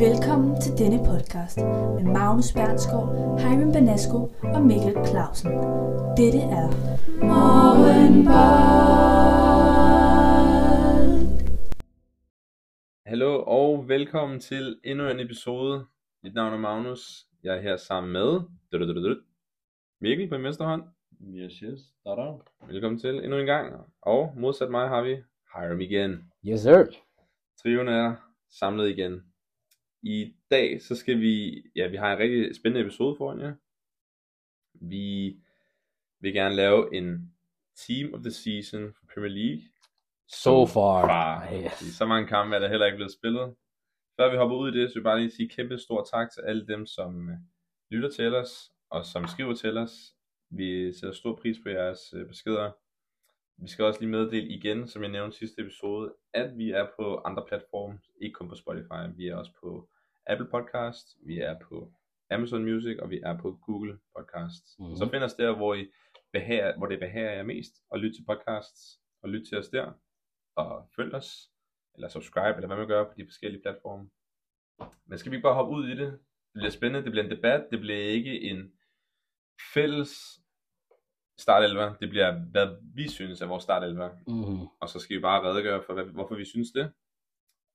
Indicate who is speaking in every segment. Speaker 1: Velkommen til denne podcast med Magnus Bernskov, Heimen Banasco og Mikkel Clausen. Dette er Morgenbold.
Speaker 2: Hallo og velkommen til endnu en episode. Mit navn er Magnus. Jeg er her sammen med dududududud, Mikkel på min venstre hånd.
Speaker 3: Yes, yes. Da, da.
Speaker 2: Velkommen til endnu en gang. Og modsat mig har vi Hiram igen.
Speaker 3: Yes, sir.
Speaker 2: Triven er samlet igen. I dag så skal vi, ja vi har en rigtig spændende episode foran jer. Vi vil gerne lave en Team of the Season for Premier League.
Speaker 3: So far.
Speaker 2: Far.
Speaker 3: Yes.
Speaker 2: Yes. Så mange kampe er der heller ikke blevet spillet. Før vi hopper ud i det, så vil jeg bare lige sige kæmpe stor tak til alle dem, som øh, lytter til os, og som skriver til os. Vi sætter stor pris på jeres øh, beskeder. Vi skal også lige meddele igen, som jeg nævnte i sidste episode, at vi er på andre platforme, ikke kun på Spotify. Vi er også på Apple Podcast, vi er på Amazon Music, og vi er på Google Podcast.
Speaker 3: Mhm.
Speaker 2: Mm-hmm. Så find os der, hvor, I behager, hvor det behager jer mest, og lyt til podcasts, og lyt til os der og følg os, eller subscribe, eller hvad man gør på de forskellige platforme. Men skal vi ikke bare hoppe ud i det? Det bliver spændende, det bliver en debat, det bliver ikke en fælles startelver, det bliver, hvad vi synes er vores startelver,
Speaker 3: Mm-hmm.
Speaker 2: og så skal vi bare redegøre for, hvad, hvorfor vi synes det.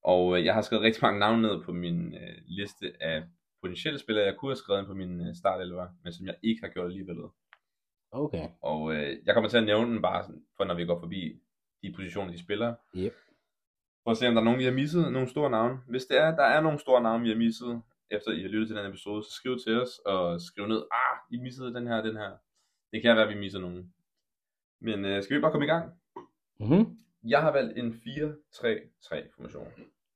Speaker 2: Og øh, jeg har skrevet rigtig mange navne ned på min øh, liste af potentielle spillere, jeg kunne have skrevet ind på min øh, startelver, men som jeg ikke har gjort alligevel.
Speaker 3: Okay.
Speaker 2: Og øh, jeg kommer til at nævne den bare, sådan, for når vi går forbi de positioner, de spiller.
Speaker 3: Yep.
Speaker 2: For at se, om der er nogen, vi har misset, nogle store navne. Hvis det er, der er nogle store navne, vi har misset, efter I har lyttet til den episode, så skriv til os og skriv ned, ah, I missede den her og den her. Det kan være, at vi misser nogen. Men øh, skal vi bare komme i gang?
Speaker 3: Mm-hmm.
Speaker 2: Jeg har valgt en 4-3-3-formation.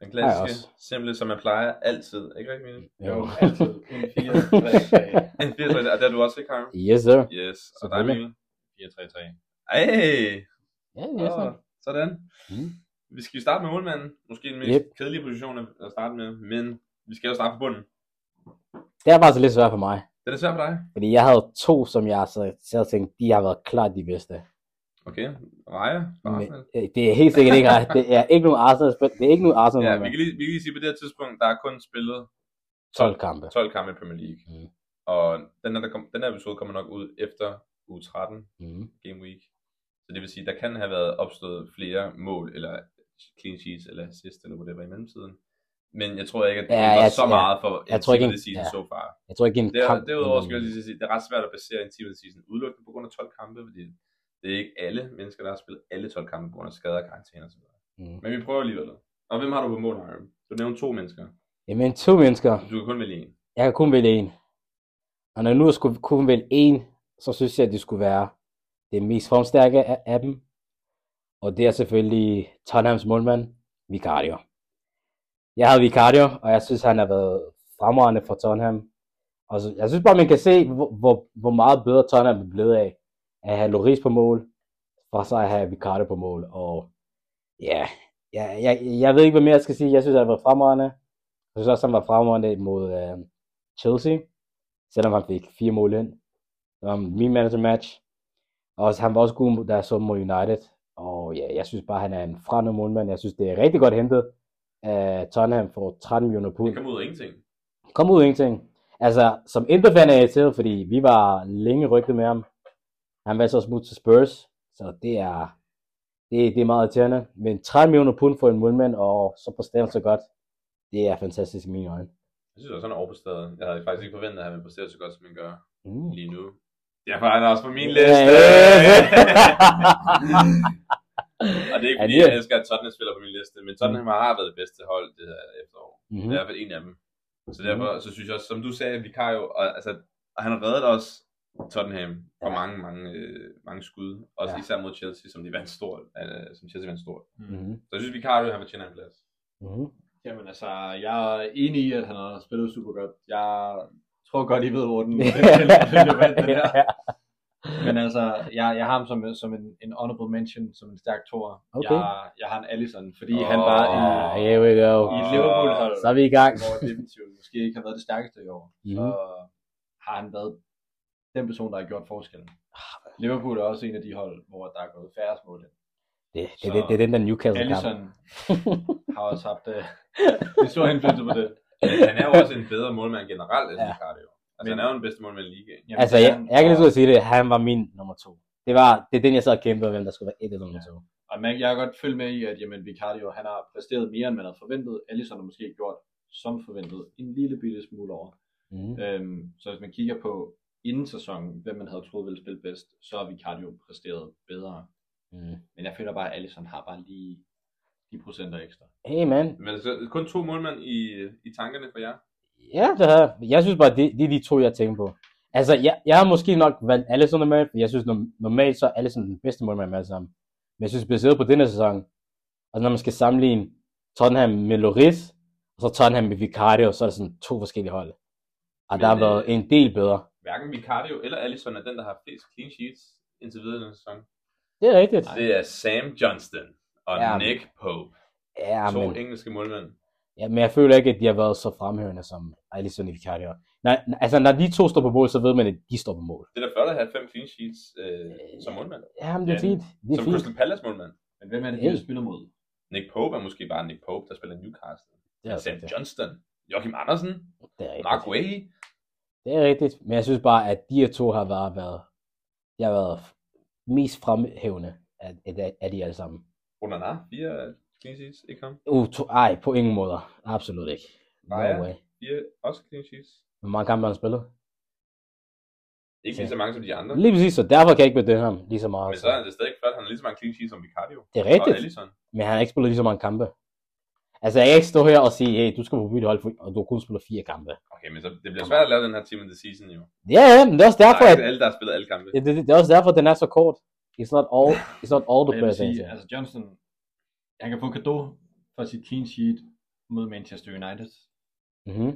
Speaker 2: Den
Speaker 3: jeg også.
Speaker 2: klassiske, simple, som man plejer altid. Ikke rigtig, Mille?
Speaker 3: Jo.
Speaker 4: altid. En 4
Speaker 2: En 4-3-3, og det er du også, ikke, Karen?
Speaker 3: yes, sir.
Speaker 2: Yes, og dig,
Speaker 3: Selvfølgelig.
Speaker 2: Mikkel? 4-3-3. Ej!
Speaker 3: Ja, yes,
Speaker 2: Åh,
Speaker 3: sir.
Speaker 2: sådan.
Speaker 3: Mm.
Speaker 2: Vi skal jo starte med målmanden. Måske den mest
Speaker 3: Yep.
Speaker 2: yep. kedelige position at at starte med, men vi skal jo starte på bunden.
Speaker 3: Det er faktisk lidt svært for mig.
Speaker 2: Den er svær for dig.
Speaker 3: Fordi jeg havde to, som jeg så, så tænkte, de har været klart de bedste.
Speaker 2: Okay, Raja fra Arsenal.
Speaker 3: øh, det er helt sikkert ikke ret. Det er ikke nogen Arsenal spil- Det er ikke nogen Arsenal
Speaker 2: Ja, vi kan, lige, vi kan lige sige, at på det her tidspunkt, der er kun spillet
Speaker 3: 12 kampe.
Speaker 2: 12 kampe i Premier League.
Speaker 3: Mm.
Speaker 2: Mm. Og den her, der kom, den her episode kommer nok ud efter uge 13,
Speaker 3: Mm.
Speaker 2: game week. Så det vil sige, der kan have været opstået flere mål, eller clean sheets, eller assist, eller whatever i mellemtiden. Men jeg tror ikke, at det
Speaker 3: Ja,
Speaker 2: ja, var
Speaker 3: jeg-
Speaker 2: så
Speaker 3: ja.
Speaker 2: meget for en
Speaker 3: Jeg tror ikke,
Speaker 2: team of the
Speaker 3: en-
Speaker 2: season
Speaker 3: ja. Mm.
Speaker 2: so far.
Speaker 3: Jeg tror ikke, en
Speaker 2: Det er,
Speaker 3: kamp...
Speaker 2: derudover skal jeg lige sige, det er ret svært at basere en team of the season udelukkende på grund af 12 kampe, fordi det er ikke alle mennesker, der har spillet alle 12 kampe på grund af skader og karantæne osv.
Speaker 3: Mm.
Speaker 2: Men vi prøver alligevel. Og hvem har du på mål, Harm? Du nævnte to mennesker.
Speaker 3: Jamen, to mennesker.
Speaker 2: Du kan kun vælge en.
Speaker 3: Jeg kan kun vælge en. Og når jeg nu skulle kun vælge en, så synes jeg, at det skulle være den mest formstærke af, af dem. Og det er selvfølgelig Tottenhams målmand, Vicario. Jeg havde Vicario, og jeg synes, han har været fremragende for Tottenham. Og så, Altså, jeg synes bare, man kan se, hvor, hvor, hvor meget bedre Tottenham er blevet af at have Loris på mål, og så at have Vicario på mål. Og ja, jeg, jeg, jeg ved ikke, hvad mere jeg skal sige. Jeg synes, han har været fremragende. Jeg synes også, han var fremragende mod, øh, Chelsea, selvom han fik fire mål ind. Det var min manager match. Og han var også god, da jeg så ham mod United. Og ja, jeg synes bare, han er en fremragende målmand. Jeg synes, det er rigtig godt hentet. Uh, Tottenham får 13 millioner pund
Speaker 2: Det kom ud af ingenting.
Speaker 3: kom ud af ingenting. Altså, som Inter-fan er jeg irriteret, fordi vi var længe rygtet med ham. Han valgte så smut til Spurs, så det er, det, det er meget irriterende. Men 30 millioner pund for en målmand, og så præsterer han så godt. Det er fantastisk i mine øjne.
Speaker 2: Jeg synes også, han er overbestået. Jeg havde faktisk ikke forventet, at han ville præstere så godt, som han gør
Speaker 3: Mm.
Speaker 2: lige nu. Derfor er han også på min liste.
Speaker 3: Yeah.
Speaker 2: og det er ikke
Speaker 3: Ja,
Speaker 2: fordi,
Speaker 3: det er-
Speaker 2: jeg elsker, at Tottenham spiller på min liste, men Tottenham har været det bedste hold det her efterår.
Speaker 3: Mhm.
Speaker 2: Mm. I hvert fald en af dem. Så
Speaker 3: Mm.
Speaker 2: derfor så synes jeg også, som du sagde, Vicario, og, altså, og han reddede også Tottenham for
Speaker 3: Ja.
Speaker 2: mange, mange, øh, mange skud. Også
Speaker 3: Ja.
Speaker 2: ja. især mod Chelsea, som de vandt stort. Øh, som Chelsea vandt stort.
Speaker 3: Mhm.
Speaker 2: Så jeg synes, Vicario, han fortjener en plads.
Speaker 3: Mhm.
Speaker 4: Mm. Jamen altså, jeg er enig i, at han har spillet super godt. Jeg tror godt, I ved, hvor den, den, den, den er. Men altså, jeg, jeg har ham som, som en, en honorable mention, som en stærk tor.
Speaker 3: Okay.
Speaker 4: Jeg, jeg har en Allison, fordi oh. han var i,
Speaker 3: Ah, Here we go.
Speaker 4: i et Liverpool-hold,
Speaker 3: Så er vi i gang.
Speaker 4: hvor defensivt måske ikke har været det stærkeste i år.
Speaker 3: Mhm.
Speaker 4: Så har han været den person, der har gjort forskellen. Liverpool er også en af de hold, hvor der er gået færre mål ind.
Speaker 3: Det, det, det, det er den der Newcastle-kamp.
Speaker 4: Allison har også haft uh, en stor indflydelse øh, på det.
Speaker 2: Men han er jo også en bedre målmand generelt end
Speaker 3: Ja.
Speaker 2: Vicario. Altså, han er jo den bedste målmand i ligaen.
Speaker 4: Jamen,
Speaker 3: Altså,
Speaker 4: det er
Speaker 3: jeg,
Speaker 4: han.
Speaker 3: jeg kan lige så
Speaker 4: Og-
Speaker 3: godt sige det, han var min nummer to. Det, var, det er den, jeg sad og kæmpede om, hvem der skulle være et eller nummer
Speaker 4: Ja.
Speaker 3: to.
Speaker 4: Og man, jeg kan godt følge med i, at jamen, Vicario han har præsteret mere, end man havde forventet. Allison har måske gjort, som forventet, en lille bitte smule over.
Speaker 3: Mm.
Speaker 4: Øhm, så hvis man kigger på inden sæsonen, hvem man havde troet ville spille bedst, så har Vicario præsteret bedre.
Speaker 3: Mm.
Speaker 4: Men jeg føler bare, at Allison har bare lige de procenter ekstra.
Speaker 3: Hey, man.
Speaker 2: Men så, kun to målmænd i, i tankerne for jer.
Speaker 3: Ja, det havde jeg. Jeg synes bare, det, det er de to, jeg tænker på. Altså, jeg, jeg har måske nok valgt Alisson normalt, for jeg synes norm- normalt, så er Alisson den bedste målmand med alle sammen. Men jeg synes, baseret på denne sæson, og når man skal sammenligne Tottenham med Loris, og så Tottenham med Vicario, så er det sådan to forskellige hold. Og
Speaker 2: Men,
Speaker 3: der har
Speaker 2: øh,
Speaker 3: været en del bedre.
Speaker 2: Hverken Vicario eller Allison er den, der har flest clean sheets indtil videre i den sæson.
Speaker 3: Det er rigtigt.
Speaker 2: Det er Sam Johnston og
Speaker 3: Ja, men-
Speaker 2: Nick Pope.
Speaker 3: Ja,
Speaker 2: To
Speaker 3: men,
Speaker 2: engelske målmænd.
Speaker 3: ja, men jeg føler ikke, at de har været så fremhævende som Alisson og Vicario. Nej, nej, altså, når de to står på mål, så ved man, at de står på mål.
Speaker 2: Det er da flot at have fem clean sheets øh, som målmand.
Speaker 3: Ja, men det er
Speaker 4: Ja,
Speaker 3: fint. Det er
Speaker 2: Som
Speaker 3: fint.
Speaker 2: Crystal Palace målmand.
Speaker 4: Men hvem er det,
Speaker 3: Ja.
Speaker 4: de har spillet mod?
Speaker 2: Nick Pope er måske bare Nick Pope, der spiller Newcastle.
Speaker 3: Det er,
Speaker 2: Sam
Speaker 3: rigtigt.
Speaker 2: Johnston, Joachim Andersen,
Speaker 3: Det er rigtigt.
Speaker 2: Mark Way.
Speaker 3: Det er rigtigt, men jeg synes bare, at de her to har været, været, jeg har været mest fremhævende af, af, af de alle sammen.
Speaker 2: Onana, fire clean sheets, ikke ham?
Speaker 3: Uh, to, ej, på ingen måde. Absolut ikke. No
Speaker 2: Raja?
Speaker 3: way.
Speaker 2: Fire også clean sheets.
Speaker 3: Hvor mange kampe har han spillet?
Speaker 2: Ikke
Speaker 3: Ja.
Speaker 2: lige så mange som de andre.
Speaker 3: Lige præcis, så derfor kan jeg ikke bedømme ham lige så meget.
Speaker 2: Men så er det stadig flot, han har lige så mange clean sheets som Vicario.
Speaker 3: Det er
Speaker 2: Og
Speaker 3: rigtigt,
Speaker 2: Alisson.
Speaker 3: men han har ikke spillet lige så mange kampe. Altså, jeg kan ikke stå her og sige, hey, du skal på mit hold, for- og du har kun spillet fire kampe.
Speaker 2: Okay, men så det bliver svært at lave den her team in the season jo.
Speaker 3: Ja, ja, men det er også
Speaker 2: Der
Speaker 3: derfor,
Speaker 2: er
Speaker 3: at,
Speaker 2: ikke alle, der har spillet alle kampe.
Speaker 3: det, det, det, er også derfor, den er så kort. It's not all, it's not all
Speaker 4: Og
Speaker 3: the
Speaker 4: jeg vil
Speaker 3: players.
Speaker 4: sige,
Speaker 3: answer.
Speaker 4: altså Johnson, han kan få kado for sit clean sheet mod Manchester United.
Speaker 3: Mhm.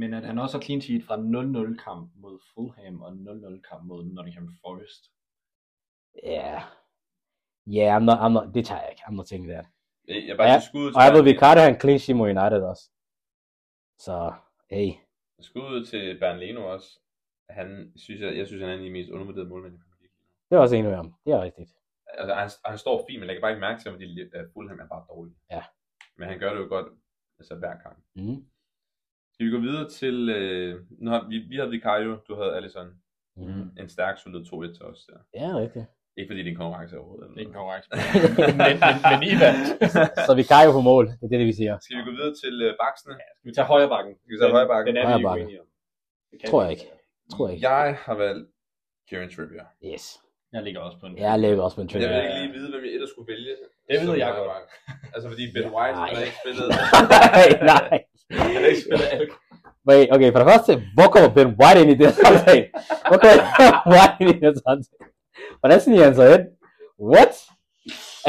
Speaker 4: Men at han også har clean sheet fra 0-0 kamp mod Fulham og 0-0 kamp mod Nottingham Forest.
Speaker 3: Ja. Ja, I'm not, I'm not, det tager jeg ikke. I'm not taking that.
Speaker 2: Jeg jeg bare
Speaker 3: Ja,
Speaker 2: ja. skud
Speaker 3: Og jeg ved, Ricardo han clean sheet mod United også. Så, hey.
Speaker 2: Skud til Bern Leno også. Han synes, jeg, jeg synes, han er en af de mest undervurderede målmænd i Premier League.
Speaker 3: Det er også enig med ham. Det er rigtigt.
Speaker 2: Altså, han, han står fint, men jeg kan bare ikke mærke til ham, fordi øh, Fulham er bare dårlig.
Speaker 3: Ja.
Speaker 2: Men han gør det jo godt, altså hver kamp.
Speaker 3: Mm.
Speaker 2: Skal vi gå videre til, øh, nu har, vi, vi havde Vicario, du havde Alisson.
Speaker 3: Mm.
Speaker 2: En stærk, solid 2-1 til os der.
Speaker 3: Ja, det er rigtigt.
Speaker 2: Ikke fordi det er en konkurrence overhovedet. eller
Speaker 4: Det er ikke en
Speaker 2: noget.
Speaker 4: konkurrence. men, men, men I vandt.
Speaker 3: Så vi kan jo på mål. Det er det, vi siger.
Speaker 2: Skal vi gå videre til øh, baksene?
Speaker 4: Skal vi tage højre bakken?
Speaker 2: Skal vi tage højre bakken?
Speaker 4: Den er vi
Speaker 3: Højre
Speaker 4: ikke
Speaker 3: bakken.
Speaker 4: uenige om. Det kan
Speaker 3: Tror
Speaker 4: vi
Speaker 3: jeg ikke. Tror jeg ikke.
Speaker 2: Jeg har valgt Kieran Trippier.
Speaker 3: Yes.
Speaker 4: Jeg ligger også på en.
Speaker 3: Jeg lægger også med en
Speaker 2: Jeg
Speaker 3: trigger.
Speaker 2: vil ikke lige vide, hvem jeg ellers skulle vælge.
Speaker 4: Det ved
Speaker 2: som
Speaker 4: jeg
Speaker 2: højre
Speaker 4: godt.
Speaker 2: back. Altså fordi Ben White, han har
Speaker 3: Nej.
Speaker 2: ikke spillet.
Speaker 3: nej, nej.
Speaker 2: Han har ikke spillet alle
Speaker 3: Wait, okay, for det første, hvor kommer Ben White ind i det her samtale? Hvor kommer Ben White ind i det her samtale? Hvordan sniger han sig ind? altså, What?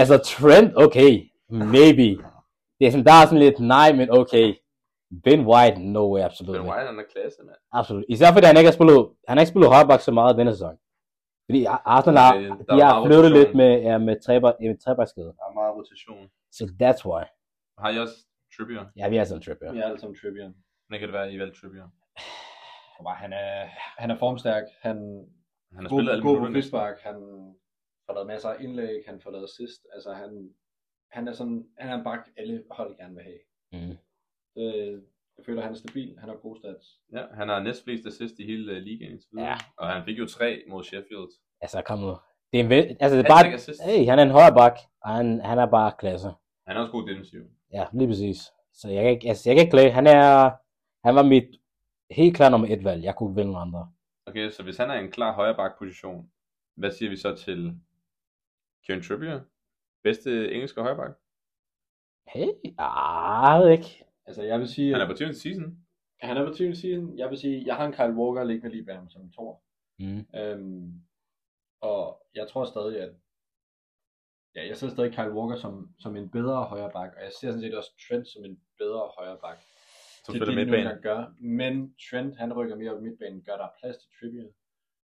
Speaker 3: Altså, trend, okay, maybe. Det er sådan, der er sådan lidt, nej, men okay. Ben White, no way, absolut.
Speaker 2: Ben White, han er klasse, mand.
Speaker 3: Absolut. Især fordi han ikke har spillet, han har ikke spillet højreback så meget denne sæson. Fordi Ar- Arsenal har,
Speaker 2: Øh, der er
Speaker 3: de har
Speaker 2: meget
Speaker 3: flyttet
Speaker 2: rotation.
Speaker 3: lidt med, ja, med, trebak, med trebakskede.
Speaker 2: Der er meget rotation.
Speaker 3: Så that's why.
Speaker 2: Har I også Trippier?
Speaker 3: Ja, vi er sådan en trip, ja.
Speaker 4: Vi er alle sammen Trippier.
Speaker 2: Hvordan kan det være, at I valgte Trippier?
Speaker 4: Og bare, Han er, han er formstærk. Han
Speaker 2: Han har
Speaker 4: god,
Speaker 2: spillet alle
Speaker 4: god på
Speaker 2: minutterne.
Speaker 4: frispark. Han får lavet masser af indlæg. Han får lavet assist. Altså han, han er sådan, han er en bak, alle hold gerne vil have.
Speaker 3: Mm.
Speaker 4: Øh, jeg føler, han er stabil. Han har god stats.
Speaker 2: Ja, han har næstflest assist i hele øh, ligaen indtil videre.
Speaker 3: Ja.
Speaker 2: Og han fik jo tre mod Sheffield.
Speaker 3: Altså, kom nu. Det er en vel, altså, det er bare,
Speaker 2: Hat-trick assist.
Speaker 3: hey, han er en højreback, og han, han er bare klasse.
Speaker 2: Han er også god defensiv.
Speaker 3: Ja, lige præcis. Så jeg kan ikke, altså, jeg kan ikke klage. Han er, han var mit helt klart nummer et valg. Jeg kunne ikke vælge nogen andre.
Speaker 2: Okay, så hvis han er i en klar højreback position, hvad siger vi så til Kieran Trippier? Bedste engelske højreback?
Speaker 3: Hey, ah, jeg ved ikke.
Speaker 4: Altså jeg vil sige,
Speaker 2: Han er på 20. season.
Speaker 4: han er på tvivl siden. Jeg vil sige, jeg har en Kyle Walker liggende lige bag ham som en tor.
Speaker 3: Mm.
Speaker 4: Øhm, og jeg tror stadig, at ja, jeg ser stadig Kyle Walker som, som en bedre højre bak, og jeg ser sådan set også Trent som en bedre højre bak.
Speaker 2: Som
Speaker 4: det
Speaker 2: spiller
Speaker 4: er det, vi nu
Speaker 2: midtbanen.
Speaker 4: engang gør. Men Trent, han rykker mere op i midtbanen, gør der er plads til Trippier.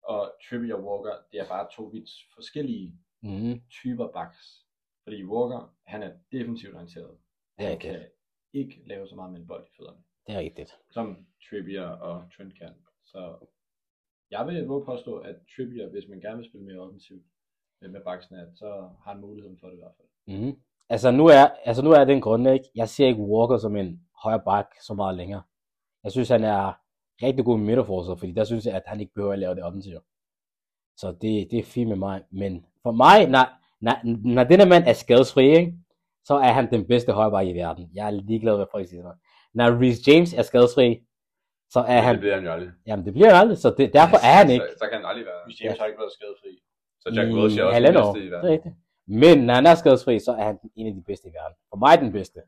Speaker 4: Og Trippier og Walker, det er bare to vidt forskellige
Speaker 3: Mm.
Speaker 4: typer backs. Fordi Walker, han er defensivt orienteret.
Speaker 3: Det er
Speaker 4: Han
Speaker 3: rigtigt.
Speaker 4: kan ikke lave så meget med en bold i fødderne,
Speaker 3: Det er rigtigt.
Speaker 4: som Trippier og Trent kan. Så jeg vil våge påstå, at Trippier, hvis man gerne vil spille mere offensivt øh, med backsene, så
Speaker 3: Mm-hmm.
Speaker 4: har han muligheden for det i hvert fald.
Speaker 3: Mm. Altså, nu er, altså nu er den grund, ikke? Jeg ser ikke Walker som en højre bak så meget længere. Jeg synes, han er rigtig god midterforsvaret, fordi der synes jeg, at han ikke behøver at lave det offensivt. Så det, det er fint med mig. Men for mig, når, når, når den her mand er skadesfri, ikke, så er han den bedste højreback i verden. Jeg er ligeglad med, hvad folk siger. til mig. Når Reece James er skadesfri, så er
Speaker 2: han... Det
Speaker 3: han...
Speaker 2: bliver han jo aldrig.
Speaker 3: Jamen, det bliver han aldrig, så det, derfor er han ikke.
Speaker 2: Så, så kan han aldrig være.
Speaker 4: Hvis James har ikke været skadefri.
Speaker 2: Så Jack Wilshere er også
Speaker 3: halvandet
Speaker 2: den
Speaker 3: år.
Speaker 2: bedste i
Speaker 3: Det er
Speaker 2: verden.
Speaker 3: rigtigt. Men når han er skadesfri, så er han en af de bedste i verden. For mig den bedste.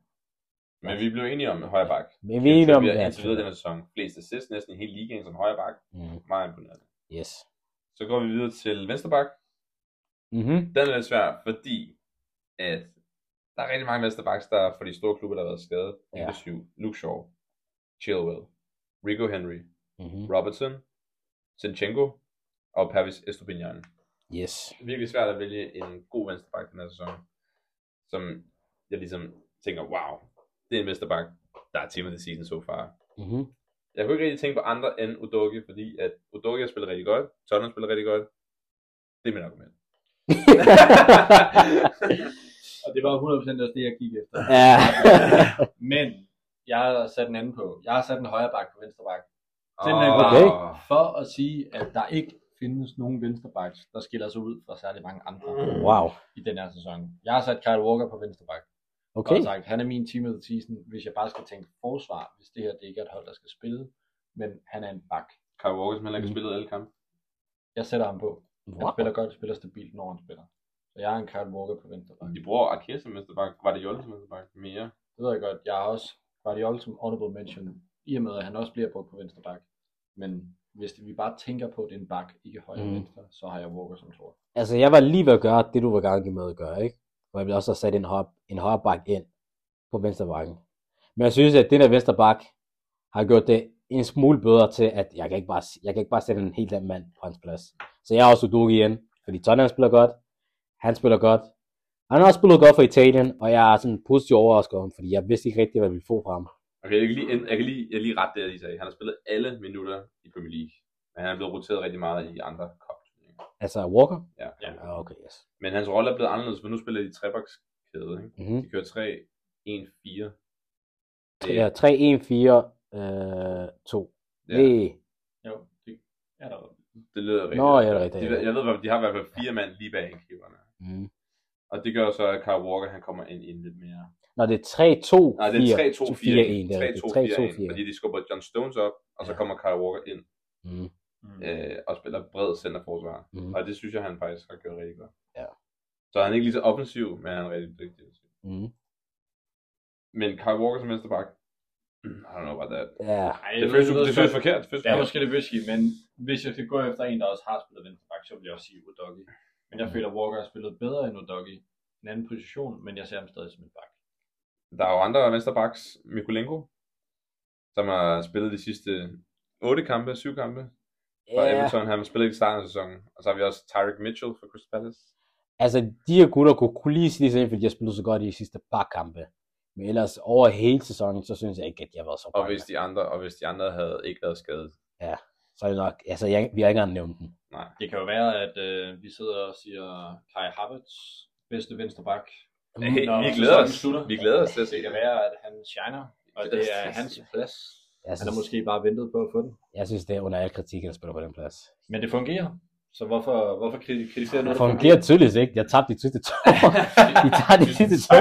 Speaker 2: Men vi blev enige om højre bak.
Speaker 3: Men vi er enige om,
Speaker 2: Vi har
Speaker 3: at-
Speaker 2: indtil videre denne sæson flest assist, næsten i hele ligaen som højre bak.
Speaker 3: Mm,
Speaker 2: Meget imponerende.
Speaker 3: yes.
Speaker 2: Så går vi videre til venstre bak.
Speaker 3: Mm-hmm.
Speaker 2: Den er lidt svær, fordi at der er rigtig mange vensterbacks, der for de store klubber, der har været skadet.
Speaker 3: Ja.
Speaker 2: Inklusiv Luke Shaw, Chilwell, Rico Henry,
Speaker 3: Mm-hmm.
Speaker 2: Robertson, Sinchenko og Pavis Estupinian.
Speaker 3: Yes.
Speaker 2: Virkelig svært at vælge en god vensterback den her sæson, som jeg ligesom tænker, wow, det er en vensterback, der er team of the season so far.
Speaker 3: Mm-hmm.
Speaker 2: Jeg kunne ikke rigtig tænke på andre end Udogi, fordi at Udogi har spillet rigtig godt, Tottenham spiller rigtig godt. Det er mit argument.
Speaker 4: Og det var 100% også det, jeg kiggede efter.
Speaker 3: ja. Ah.
Speaker 4: Men jeg har sat en anden på. Jeg har sat en højre bak på venstre bak. Den er
Speaker 2: Åh,
Speaker 3: okay.
Speaker 4: For at sige, at der ikke findes nogen vensterbacks, der skiller sig ud fra særlig mange andre
Speaker 3: Mm. wow.
Speaker 4: i den her sæson. Jeg har sat Kyle Walker på venstreback. Okay.
Speaker 3: Okay.
Speaker 4: Og sagt, han er min team of the season, hvis jeg bare skal tænke forsvar, hvis det her det ikke er et hold, der skal spille. Men han er en bak.
Speaker 2: Kyle Walker, som heller ikke har
Speaker 3: Mm.
Speaker 2: spillet alle kampe.
Speaker 4: Jeg sætter ham på. Han
Speaker 3: Wow.
Speaker 4: spiller godt, spiller stabilt, når han spiller. Så jeg har en Kyle Walker på venstreback.
Speaker 2: De bruger Arkea som vensterbak. Var det Jolle som vensterbak? Mere.
Speaker 4: Det ved jeg godt. Jeg har også Guardiola som honorable mention, i og med, at han også bliver brugt på venstre bak. Men hvis vi bare tænker på, at det er en bak, ikke højre
Speaker 3: Mm.
Speaker 4: mm. venstre, så har jeg Walker som tror.
Speaker 3: Altså, jeg var lige ved at gøre det, du var gang med at gøre, ikke? Hvor jeg ville også have sat en, høj, en højre bak ind på venstre bakken. Men jeg synes, at den der venstre bak har gjort det en smule bedre til, at jeg kan ikke bare, jeg kan ikke bare sætte en helt anden mand på hans plads. Så jeg har også Udogi igen, fordi Tottenham spiller godt. Han spiller godt. Han har også spillet godt for Italien, og jeg er sådan positiv overrasket over ham, fordi jeg vidste ikke rigtigt, hvad vi ville få fra ham.
Speaker 2: Okay, jeg kan lige, jeg kan lige, jeg kan lige rette det, jeg lige sagde. Han har spillet alle minutter i Premier League. Men han er blevet roteret rigtig meget i andre cup.
Speaker 3: Altså Walker?
Speaker 2: Ja. ja.
Speaker 3: Ja, okay, yes.
Speaker 2: Men hans rolle er blevet anderledes, for nu spiller de trebakskæde. Ikke?
Speaker 3: Mm-hmm.
Speaker 2: De kører 3, 1, 4. Det,
Speaker 3: Ja, 3, 1, 4, øh, 2.
Speaker 2: Ja.
Speaker 3: Ja. Nej.
Speaker 4: Jo, det er der.
Speaker 2: det lyder rigtigt.
Speaker 3: Nå, ja, det er
Speaker 2: de,
Speaker 3: rigtigt. ja.
Speaker 2: jeg ved, at de har i hvert fald fire mand lige bag indkiberne.
Speaker 3: Mm.
Speaker 2: Og det gør så, at Kyle Walker han kommer ind i en lidt mere...
Speaker 3: Nå, det er 3, 2,
Speaker 2: Nej, det
Speaker 3: 4,
Speaker 2: er 3-2-4.
Speaker 3: 4, 1. Det er
Speaker 2: 3-2-4-1.
Speaker 3: 3, 2,
Speaker 2: Fordi
Speaker 3: 4.
Speaker 2: de skubber John Stones op, og så
Speaker 3: Ja.
Speaker 2: kommer Kyle Walker ind
Speaker 3: Mm.
Speaker 4: Mm.
Speaker 2: øh, og spiller bred centerforsvar.
Speaker 3: Mm.
Speaker 2: Og det synes jeg, han faktisk har gjort rigtig godt.
Speaker 3: Ja.
Speaker 2: Så han er ikke lige så offensiv, men han er rigtig dygtig.
Speaker 3: Mm.
Speaker 2: Men Kyle Walker som venstreback, mm, I don't know about that.
Speaker 3: Ja,
Speaker 4: Ej,
Speaker 2: Det føles,
Speaker 4: ved også
Speaker 2: det føles
Speaker 4: godt.
Speaker 2: forkert. Det føles
Speaker 4: Det er
Speaker 2: forkert.
Speaker 4: måske lidt risky, men hvis jeg skal gå efter en, der også har spillet venstre bak, så vil jeg også sige Udogi. Men jeg
Speaker 3: Mm.
Speaker 4: føler, at Walker har spillet bedre end Udogi. En anden position, men jeg ser ham stadig som en bak.
Speaker 2: Der er jo andre vensterbacks, Mikulenko, som har spillet de sidste 8 kampe, 7 kampe. For
Speaker 3: ja.
Speaker 2: Everton, han har spillet ikke i starten af sæsonen. Og så har vi også Tyrick Mitchell for Crystal Palace.
Speaker 3: Altså, de her gutter kunne kunne lige sige sådan, fordi jeg spillede så godt i de sidste par kampe. Men ellers over hele sæsonen, så synes jeg ikke, at jeg var så
Speaker 2: Og
Speaker 3: prangende.
Speaker 2: hvis de andre, og hvis de andre havde ikke været skadet.
Speaker 3: Så er det nok, altså, jeg, vi har ikke engang nævnt den.
Speaker 4: Det kan jo være, at øh, vi sidder og siger Kai Havertz, bedste venstre bak.
Speaker 2: Hey,
Speaker 4: Nå,
Speaker 2: vi
Speaker 4: så
Speaker 2: glæder os.
Speaker 4: sæsonen slutter.
Speaker 2: Vi glæder os til at se
Speaker 4: Det kan
Speaker 2: det.
Speaker 4: være, at han shiner, og det er hans plads.
Speaker 3: Jeg
Speaker 4: Han
Speaker 3: synes,
Speaker 4: har måske bare ventet på at få den.
Speaker 3: jeg synes det er under al kritik, at han spiller på den plads.
Speaker 4: Men det fungerer. Så hvorfor, hvorfor kriti- kritisere noget?
Speaker 3: Det
Speaker 4: der
Speaker 3: fungerer tydeligvis ikke. Jeg tabte de sidste to. de tager de sidste to.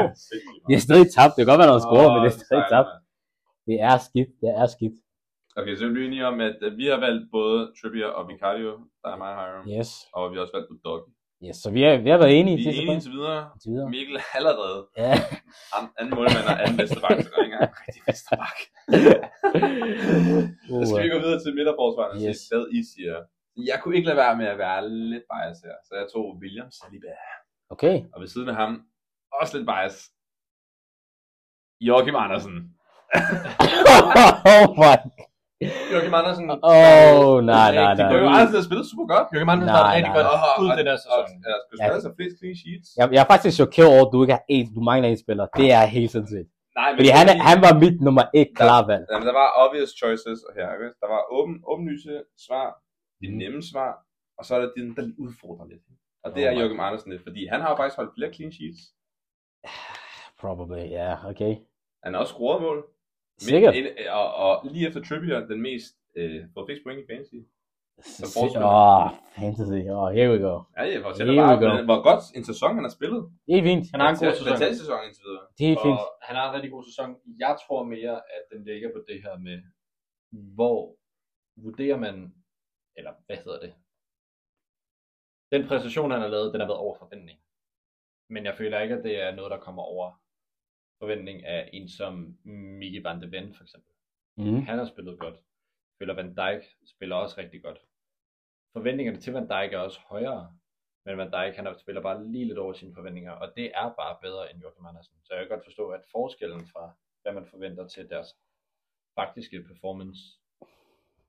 Speaker 3: De er stadig tabt. Det kan godt være, der er scoret, men det er stadig tabt. Det er skidt. Det er skidt.
Speaker 2: Okay, så er vi enige om, at at vi har valgt både Trippier og Vicario, der er mig og Hiram, yeah.
Speaker 3: Yes.
Speaker 2: og vi har også valgt Udogi.
Speaker 3: yes. Så vi har, vi har været enige i
Speaker 2: Vi er
Speaker 3: sidste
Speaker 2: enige
Speaker 3: point.
Speaker 2: indtil videre.
Speaker 3: Indtil videre.
Speaker 2: Mikkel er allerede
Speaker 3: Ja.
Speaker 2: an- anden målmand og anden vensterbak, så der er ikke engang rigtig vensterbak. Så skal vi gå videre til midterforsvaret, yes.
Speaker 3: Yes.
Speaker 2: det sted, I siger. Jeg kunne ikke lade være med at være lidt bias her, så jeg tog William Saliba.
Speaker 3: Okay.
Speaker 2: Og ved siden af ham, også lidt bias, Joachim Andersen.
Speaker 3: oh my.
Speaker 4: Joachim Andersen.
Speaker 3: Åh, nej, nej, nej.
Speaker 2: Joachim Andersen har spillet super godt.
Speaker 4: Joachim Andersen
Speaker 3: Nej,
Speaker 4: har rigtig
Speaker 3: nej,
Speaker 4: godt
Speaker 2: nej.
Speaker 4: ud den her
Speaker 2: Og
Speaker 4: sæson.
Speaker 2: ja, skulle spille så flest clean sheets.
Speaker 3: Jeg, jeg er faktisk chokeret over, at du ikke har en, du mangler en spiller. Det er helt sindssygt.
Speaker 2: Nej, men
Speaker 3: Fordi han, er- han var mit nummer et klar valg.
Speaker 2: Jamen, der var obvious choices her, ikke? Der var åben, åbenlyse svar, de nemme svar, og så er der den, der lige udfordrer lidt. Og det
Speaker 3: Oh
Speaker 2: er
Speaker 3: my.
Speaker 2: Joachim Andersen lidt, fordi han har jo faktisk holdt flere clean sheets.
Speaker 3: Probably, ja, yeah, okay.
Speaker 2: Han har også scoret mål.
Speaker 3: Sikkert.
Speaker 2: Men, en, og, og, lige efter Trippier, den mest øh, på fix point i fantasy. forsvar.
Speaker 3: Åh, oh, fantasy. Åh, oh, here we go.
Speaker 2: Ja, jeg
Speaker 3: Here
Speaker 2: fortæller
Speaker 3: we
Speaker 2: bare,
Speaker 3: go.
Speaker 2: hvordan- hvor godt en sæson han har spillet.
Speaker 3: Det er fint.
Speaker 4: Han har en god
Speaker 2: Fantastisk-
Speaker 4: sæson.
Speaker 2: Fantastisk sæson indtil videre.
Speaker 3: Det er helt fint.
Speaker 4: Og han har en rigtig god sæson. Jeg tror mere, at den ligger på det her med, hvor vurderer man, eller hvad hedder det? Den præstation, han har lavet, den har været over forventning. Men jeg føler ikke, at det er noget, der kommer over forventning af en som Mikke Van de Ven, for eksempel.
Speaker 3: Mm.
Speaker 4: Han har spillet godt. Jeg føler, Van Dijk spiller også rigtig godt. Forventningerne til Van Dijk er også højere, men Van Dijk han er- spiller bare lige lidt over sine forventninger, og det er bare bedre end Joachim Andersen. Så jeg kan godt forstå, at forskellen fra, hvad man forventer til deres faktiske performance,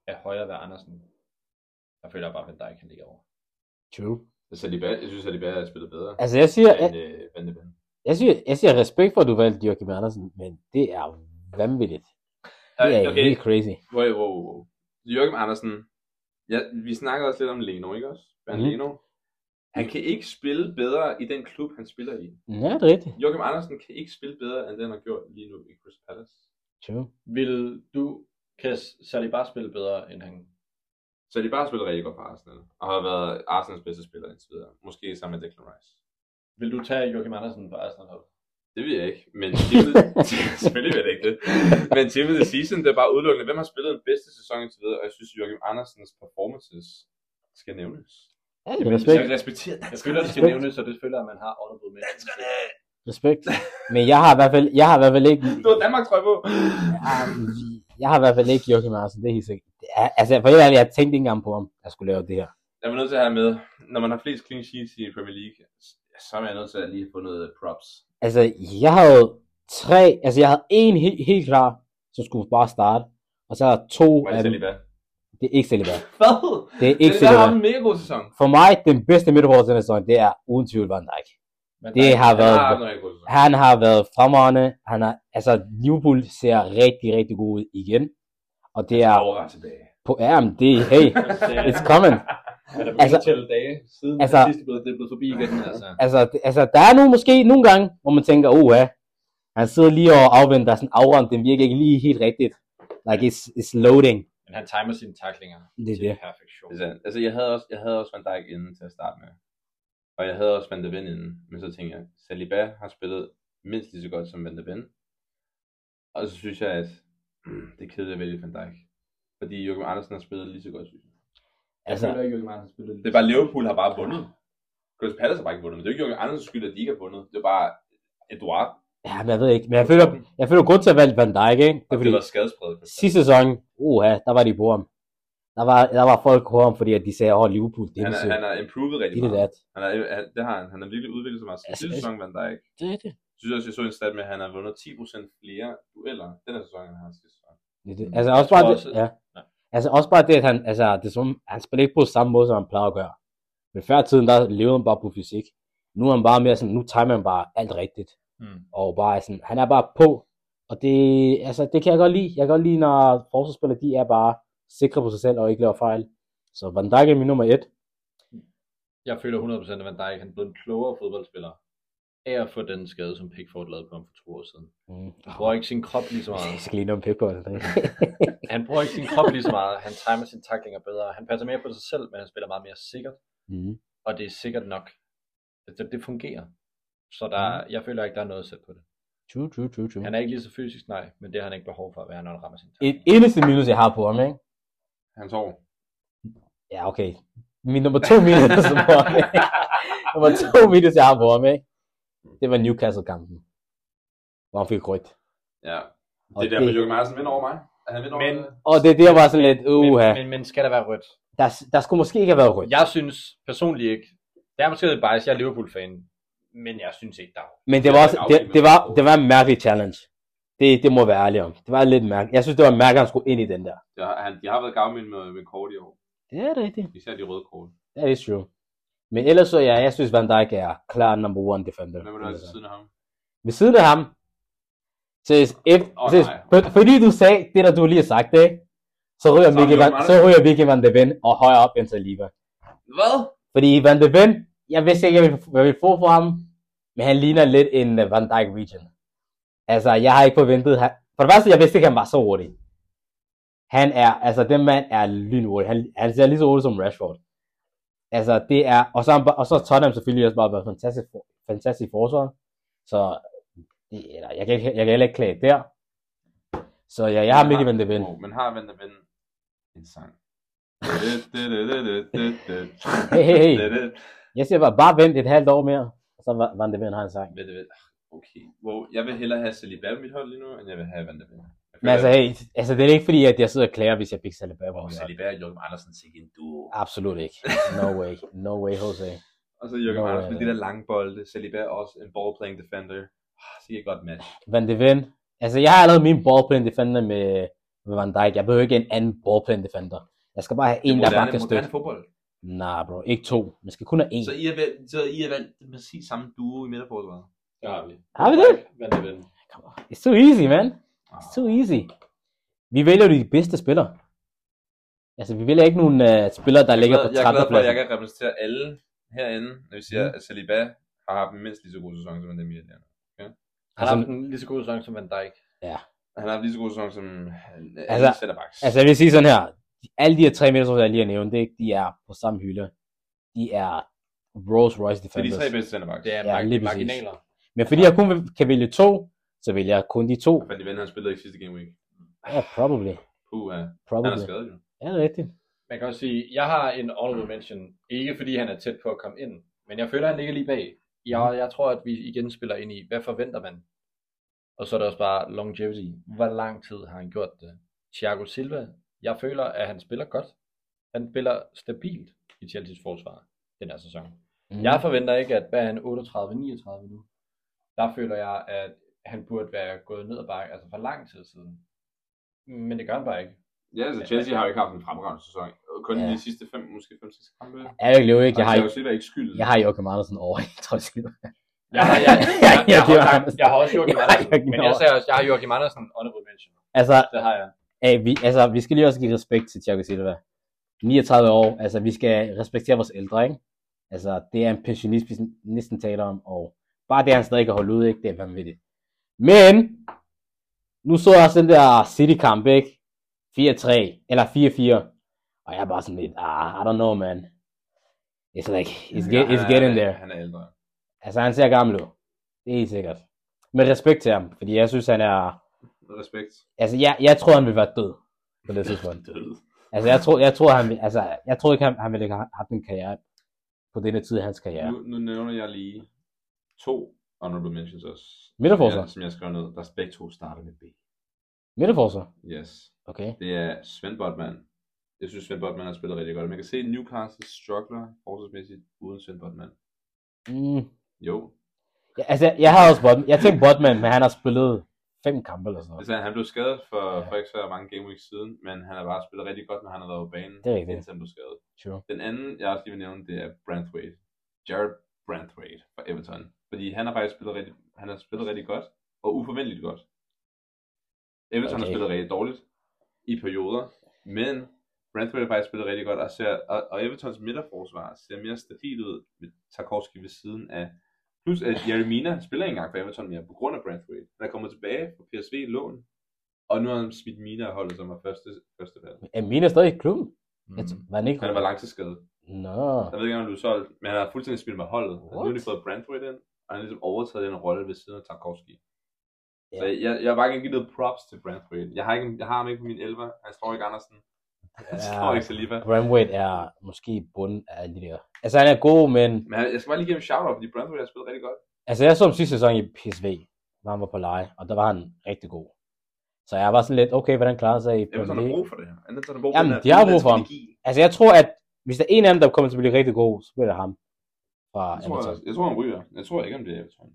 Speaker 4: er højere ved Andersen. Jeg føler bare, at Van Dijk kan ligge over.
Speaker 3: True.
Speaker 2: Så de bag, jeg synes, at de bag har spillet bedre.
Speaker 3: Altså, jeg siger, jeg,
Speaker 2: end, øh, Van de Ven.
Speaker 3: jeg, siger, jeg siger respekt for, at du valgte Joachim Andersen, men det er vanvittigt. Det
Speaker 4: Øh,
Speaker 3: er
Speaker 2: Okay,
Speaker 3: helt crazy.
Speaker 2: wow, wow, wow. Jørgen Andersen, ja, vi snakker også lidt om Leno, ikke også? Bernd
Speaker 3: Mhm.
Speaker 2: Leno. Han kan ikke spille bedre i den klub, han spiller i.
Speaker 3: Ja, det er rigtigt.
Speaker 2: Joachim Andersen kan ikke spille bedre, end den han har gjort lige nu i Crystal Palace.
Speaker 3: True.
Speaker 4: Vil du, kan Sally bare spille bedre, end han
Speaker 2: Så de bare spillet rigtig godt for Arsenal, og har været Arsenals bedste spiller indtil videre. Måske sammen med Declan Rice.
Speaker 4: vil du tage Joachim Andersen på Arsenal?
Speaker 2: Det ved jeg ikke, men Timothy- selvfølgelig ved jeg ikke det. Men Team of the Season, det er bare udelukkende, hvem har spillet den bedste sæson indtil videre, og jeg synes, Joachim Andersens performances skal nævnes.
Speaker 3: Ja,
Speaker 4: Jamen,
Speaker 3: respekt.
Speaker 2: Jeg respekterer
Speaker 4: Jeg føler, det skal
Speaker 3: Respekt.
Speaker 4: nævnes, så det føler, at man har honorable mentions. til.
Speaker 3: Respekt. Men jeg har i hvert fald, jeg har i hvert fald ikke,
Speaker 2: Du har Danmark trøje på.
Speaker 3: Ah, jeg har i hvert fald ikke Joachim Andersen, det er helt sikkert. Det er- Altså, for helt ærligt, jeg tænkte ikke engang på, om jeg skulle lave det her.
Speaker 2: Jeg er nødt til at have med, når man har flest clean sheets i Premier League, så er jeg nødt til at lige få noget props.
Speaker 3: Altså, jeg havde tre, altså jeg havde en he- helt klar, som skulle bare starte, og så havde jeg to
Speaker 2: Var
Speaker 3: af
Speaker 2: det
Speaker 3: dem.
Speaker 2: Saliba?
Speaker 3: Det er ikke Saliba.
Speaker 2: Altså, Hvad?
Speaker 3: Det er ikke
Speaker 2: Saliba har
Speaker 3: Saliba.
Speaker 2: haft en mega god sæson.
Speaker 3: For mig, den bedste midterforhold den her sæson, det er uden tvivl Van Dijk.
Speaker 4: Men
Speaker 3: Det
Speaker 4: der-
Speaker 3: har
Speaker 2: Han
Speaker 3: været,
Speaker 2: har haft en rigtig god sæson.
Speaker 3: han har været fremragende. Han har, altså, Liverpool ser rigtig, rigtig god ud igen. Og det er
Speaker 2: Aura er tilbage.
Speaker 3: på ærm, det er, hey, it's coming.
Speaker 4: Han er begyndt
Speaker 3: Altså-
Speaker 4: at tælle dage, siden
Speaker 3: altså-
Speaker 4: altså, sidst er blevet dippet forbi igen. Altså.
Speaker 3: Altså, det- altså, der er nu måske nogle gange, hvor man tænker, oh ja, han sidder lige og afventer sådan afrøm, den virker ikke lige helt rigtigt. Like, it's, it's loading.
Speaker 4: Men han timer sine taklinger
Speaker 3: Det er
Speaker 4: til
Speaker 3: det.
Speaker 4: perfektion.
Speaker 2: Det er sandt. Altså, jeg havde også, jeg havde også Van Dijk inden til at starte med. Og jeg havde også Van de Ven inden. Men så tænkte jeg, Saliba har spillet mindst lige så godt som Van de Ven. Og så synes jeg, at mm, det er kedeligt at vælge Van Dijk. Fordi Joachim Andersen har spillet lige så godt, synes jeg.
Speaker 3: Altså,
Speaker 4: jeg føler ikke, at han spillede
Speaker 2: Det er bare, Liverpool har bare vundet. Crystal Palace har bare ikke vundet, men det er jo ikke Joachim Andersens skyld, at de ikke har vundet. Det er bare Eduard,
Speaker 3: ja, men jeg ved ikke, men jeg føler, jeg føler grund til at valgte Van Dijk, ikke? Det
Speaker 2: og
Speaker 3: er
Speaker 2: det
Speaker 3: fordi,
Speaker 2: var skadespredet.
Speaker 3: sidste sæson, oh ja, der var de på ham. Der var, der var folk på ham, fordi at de sagde, åh, oh, Liverpool, det er
Speaker 2: Han,
Speaker 3: det,
Speaker 2: er, han har improved rigtig
Speaker 3: det er
Speaker 2: meget.
Speaker 3: det,
Speaker 2: Han er, han, det har han. Han har virkelig udviklet sig meget.
Speaker 3: Altså,
Speaker 2: Sidste
Speaker 3: jeg-
Speaker 2: sæson Van Dijk.
Speaker 3: det er det.
Speaker 2: Jeg synes også, jeg så en stat med, at han har vundet 10% flere dueller den her sæson, end han har sidste sæson.
Speaker 3: Det, er det.
Speaker 4: Mm.
Speaker 3: Altså,
Speaker 4: Jeg
Speaker 3: også bare
Speaker 4: tror
Speaker 3: det,
Speaker 4: også,
Speaker 3: ja.
Speaker 4: Ja.
Speaker 3: Altså, også bare det, at han, altså, det er som, han spiller ikke på samme måde, som han plejer at gøre. Men før i tiden, der levede han bare på fysik. Nu er han bare mere sådan, nu timer han bare alt rigtigt.
Speaker 4: Mm.
Speaker 3: og bare er sådan, han er bare på, og det, altså, det kan jeg godt lide. Jeg kan godt lide, når forsvarsspillere, de er bare sikre på sig selv og ikke laver fejl. Så Van Dijk er min nummer et.
Speaker 4: Jeg føler 100% at Van Dijk han er blevet en klogere fodboldspiller af at få den skade, som Pickford lavede på ham for to år siden.
Speaker 3: Mm.
Speaker 4: Han bruger ikke sin krop lige så meget.
Speaker 3: Jeg skal lige nå en pik på altså. det.
Speaker 4: Han bruger ikke sin krop lige så meget. Han timer sine taklinger bedre. Han passer mere på sig selv, men han spiller meget mere sikkert.
Speaker 3: mm.
Speaker 4: Og det er sikkert nok. Altså, Det, det fungerer. Så der,
Speaker 3: Hmm.
Speaker 4: jeg føler ikke, der er noget at sætte på det.
Speaker 3: True, true, true, true.
Speaker 4: Han er ikke lige så fysisk, nej, men det har han ikke behov for at være, når han rammer sin
Speaker 3: Et eneste minus, jeg har på ham, ikke?
Speaker 2: Han sover.
Speaker 3: Ja, okay. Min nummer to minus på ham, ikke? Nummer to minus, jeg har på ham, ikke? Det var Newcastle-kampen. Hvor han fik rødt.
Speaker 2: Ja,
Speaker 3: Og
Speaker 2: det er derfor, Jørgen Madsen vinder over mig. At han vinder
Speaker 4: Men-
Speaker 2: over
Speaker 3: Og det der var sådan lidt, uha.
Speaker 4: men, men, men skal der være rødt?
Speaker 3: Der, der skulle måske ikke have været rødt.
Speaker 4: Jeg synes personligt ikke. Det er måske lidt bias, jeg er Liverpool-fan, men jeg synes ikke, der er rødt.
Speaker 3: Men det
Speaker 2: Det
Speaker 3: var,
Speaker 2: er
Speaker 3: også,
Speaker 2: en
Speaker 3: det,
Speaker 2: afgivning,
Speaker 3: det, var,
Speaker 2: man får.
Speaker 3: det var en mærkelig challenge. Det, det må jeg være ærlig om. Det var lidt mærkeligt. Jeg synes, det var mærkeligt, at han skulle ind i den der.
Speaker 2: det. har- han, de har været gavmild med, med kort i år.
Speaker 3: Det er rigtigt.
Speaker 2: Især de røde kort.
Speaker 3: That is true. Men ellers så, ja, jeg synes, Van Dijk er klar number one defender.
Speaker 2: Hvem er du altså siden af ham?
Speaker 3: Ved siden af ham, seriøst, F,
Speaker 2: Åh,
Speaker 3: seriøst,
Speaker 2: nej.
Speaker 3: for, fordi du sagde det, der du lige har sagt, det, ikke? så ryger
Speaker 2: Så
Speaker 3: Vicky
Speaker 2: ryger
Speaker 3: Van,
Speaker 2: Andersen.
Speaker 3: så ryger Vicky Van de Ven og højere op end Saliba.
Speaker 2: Hvad?
Speaker 3: Fordi Van de Ven, jeg vidste ikke, hvad jeg ville- hvad jeg ville få for ham, men han ligner lidt en øh, Van Dijk region. Altså, jeg har ikke forventet, han- For det første, jeg vidste ikke, at han var så hurtig. Han er, altså den mand er lynhurtig. Han, han ser lige så hurtig som Rashford. Altså det er, og så, er han bare- og så har Tottenham selvfølgelig også bare været fantastisk, fantastisk forsvar. Så det, eller, jeg, kan, ikke- jeg kan heller ikke klage der. Så ja, jeg har Mikkel Van de Ven.
Speaker 2: Oh, men har Van de Ven en sang? hey,
Speaker 3: Hey, hey, hey. Jeg siger bare, bare vent et halvt år mere, og så var- Van de Ven har en sang.
Speaker 2: Van de Ven. Okay. Wow. Jeg vil hellere have Saliba på mit hold lige nu, end jeg vil have Van de Ven. Jeg
Speaker 3: Men altså, hey, altså det er ikke fordi, at jeg sidder og klager, hvis jeg fik Saliba på
Speaker 2: Og
Speaker 3: mit hold.
Speaker 2: Saliba og Jørgen Andersen til en duo.
Speaker 3: Absolut ikke. No way. No way, Jose.
Speaker 2: Og så Jørgen
Speaker 3: Nå,
Speaker 2: Andersen med
Speaker 3: ja.
Speaker 2: de der lange bolde. Saliba er også en ballplaying defender. Ah, Så kan godt match.
Speaker 3: Van de Ven. Altså, jeg har allerede min ballplan defender med, med Van Dijk. Jeg behøver ikke en anden ballplan defender. Jeg skal bare have en, der bare kan støtte.
Speaker 2: moderne fodbold.
Speaker 3: Nej, bro. Ikke to. Man skal kun have en.
Speaker 2: Så I har valgt, så I har valgt den præcis samme duo i midterforsvaret.
Speaker 4: Det har vi.
Speaker 3: Har vi det?
Speaker 4: Van de Ven.
Speaker 3: Come on. It's too easy, man.
Speaker 2: Ah,
Speaker 3: It's too easy. Vi vælger jo de bedste spillere. Altså, vi vælger ikke nogen uh, spillere, der ligger
Speaker 2: glad-
Speaker 3: på
Speaker 2: jeg er
Speaker 3: 13.
Speaker 2: glad for, at jeg
Speaker 3: pladsen.
Speaker 2: kan repræsentere alle herinde, når vi
Speaker 3: Mm.
Speaker 2: siger, at Saliba har haft en mindst lige så god sæson som Demir.
Speaker 4: Han har
Speaker 3: Altså,
Speaker 4: haft en lige så god sæson som Van Dijk.
Speaker 2: Han har haft lige så god sæson som øh,
Speaker 3: Altså-
Speaker 2: alle centerbacks.
Speaker 3: Altså jeg vil sige sådan her, alle de her tre meter, som jeg lige har nævnt, det, er ikke- de er på samme hylde. De er Rolls Royce
Speaker 2: det er de tre
Speaker 3: Defenders.
Speaker 2: bedste centerbacks.
Speaker 4: Det er
Speaker 3: Ja,
Speaker 4: ja,
Speaker 3: lige
Speaker 4: mar-
Speaker 3: præcis.
Speaker 4: marginaler.
Speaker 3: Men fordi jeg kun vil- kan vælge to, så vælger jeg kun de to.
Speaker 2: Og Fanny Ven, han spillede ikke sidste game week.
Speaker 3: Ja, probably.
Speaker 2: Puh, ja. han er
Speaker 3: Probably.
Speaker 2: skadet jo.
Speaker 3: Ja, det er rigtigt.
Speaker 4: Man kan også sige, jeg har en honorable mention, ikke fordi han er tæt på at komme ind, men jeg føler, han ligger lige bag.
Speaker 3: Mhm.
Speaker 4: Jeg, jeg tror, at vi igen spiller ind i, hvad forventer man? Og så er der også bare longevity. Hvor lang tid har han gjort det? Thiago Silva, jeg føler, at han spiller godt. Han spiller stabilt i Chelsea's forsvar den her sæson.
Speaker 3: Mm.
Speaker 4: Jeg forventer ikke, at hvad er han 38-39 nu? Der føler jeg, at han burde være gået ned ad bakke, altså for lang tid siden. Men det gør han bare ikke.
Speaker 2: Ja, altså Chelsea har jo ikke haft en fremragende sæson. Kun
Speaker 3: Ja.
Speaker 2: de sidste fem, måske fem, seks kampe.
Speaker 3: Jeg er jo Mm. ikke, jeg har,
Speaker 2: jo set, ikke skyld.
Speaker 3: jeg har Joachim Andersen over, jeg tror jeg skal.
Speaker 4: Jeg har, jeg, jeg, jeg, jeg,
Speaker 3: Joachim
Speaker 4: har,
Speaker 3: Andersen.
Speaker 4: jeg har også Joachim
Speaker 3: Jeg har
Speaker 4: Andersen,
Speaker 3: Joachim
Speaker 4: men jeg
Speaker 3: Andersen.
Speaker 4: sagde også, jeg har Joachim Andersen honorable mention.
Speaker 3: Altså,
Speaker 4: Det har jeg.
Speaker 3: øh, vi, altså, vi skal lige også give respekt til Thiago Silva. 39 år, altså vi skal respektere vores ældre, ikke? Altså, det er en pensionist, vi næsten taler om, og bare det, han stadig kan holde ud, ikke? Det er vanvittigt. Men, nu så jeg også den der City-kamp, ikke? 4-3, eller 4-4, og jeg er bare sådan lidt, ah, I don't know, man. It's like, it's, get, it's getting there.
Speaker 2: Han er ældre.
Speaker 3: Altså, han ser gammel ud. Det er helt sikkert. Med respekt til ham, fordi jeg synes, han er...
Speaker 2: Med respekt.
Speaker 3: Altså, jeg, jeg tror, han vil være død på det tidspunkt.
Speaker 2: Død.
Speaker 3: Altså, jeg tror, jeg tror, han, vil- altså, jeg tror ikke, han, han ville have haft en karriere på denne tid af hans karriere.
Speaker 2: Nu, nu nævner jeg lige to honorable mentions også.
Speaker 3: Midterforsvar.
Speaker 2: Ja, Som jeg skrev ned. Der er begge to starter med B.
Speaker 3: Midterforser.
Speaker 2: Yes.
Speaker 3: Okay.
Speaker 2: Det er Svend Botman. Jeg synes, Svend Botman har spillet rigtig godt. Man kan se, at Newcastle struggler forsvarsmæssigt uden Svend Botman.
Speaker 3: Mm.
Speaker 2: Jo.
Speaker 3: Ja, altså, jeg, jeg har også Botman. Jeg tænkte Botman, men han har spillet fem kampe eller sådan noget.
Speaker 2: Altså, han blev skadet for,
Speaker 3: Ja.
Speaker 2: for ikke så mange gameweeks siden, men han har bare spillet rigtig godt, når han har været på banen,
Speaker 3: Det er rigtigt.
Speaker 2: indtil han blev skadet.
Speaker 3: True.
Speaker 2: Den anden, jeg også lige vil nævne, det er Branthwaite. Jared Branthwaite fra Everton. Fordi han har faktisk spillet rigtig, han har spillet rigtig godt, og uforventeligt godt. Everton okay. har
Speaker 3: Okay.
Speaker 2: spillet rigtig dårligt i perioder, men Branthwaite har faktisk spillet rigtig godt, og, ser, og, og Evertons midterforsvar ser mere stabilt ud med Tarkovski ved siden af. Plus at Jeremina spiller ikke engang for Everton mere på grund af Branthwaite. Han er kommet tilbage fra PSV lån, og nu har han smidt Mina af holdet, som var første, første valg.
Speaker 3: Er Mina stadig i klubben? Jeg
Speaker 2: Mm.
Speaker 3: t- var han ikke?
Speaker 2: Han var langtidsskadet.
Speaker 3: Nå.
Speaker 2: Jeg ved ikke, om han blev solgt, men han har fuldstændig spillet med holdet. What? Nu har de
Speaker 3: What?
Speaker 2: fået Brandford ind, og han har ligesom overtaget den rolle ved siden af Tarkovski.
Speaker 3: Ja.
Speaker 2: Så jeg, jeg vil bare gerne give noget props til Brandford. Jeg har, ikke, jeg har ham ikke på min elver. Han står ikke Andersen. Han
Speaker 3: Ja.
Speaker 2: står ikke Saliba.
Speaker 3: Bramwaite er måske i bunden af alle de der. Altså, han er god, men...
Speaker 2: Men han- jeg skal bare lige give ham en shout-out, fordi Brandford har spillet rigtig godt.
Speaker 3: Altså, jeg så ham sidste sæson i PSV, hvor han var på leje, og der var han rigtig god. Så jeg var sådan lidt, okay, hvordan klarer han sig i
Speaker 2: Everton
Speaker 3: Premier
Speaker 2: har brug
Speaker 3: League?
Speaker 2: for det her. Everton har brug for
Speaker 3: Jamen,
Speaker 2: den her
Speaker 3: de har brug for ham.
Speaker 2: energi.
Speaker 3: Altså, jeg tror, at hvis der er en af dem, der kommer til at blive rigtig god, så bliver det ham fra
Speaker 2: Jeg tror, jeg,
Speaker 3: Everton.
Speaker 2: jeg tror, han ryger. Jeg tror ikke, om det er Everton.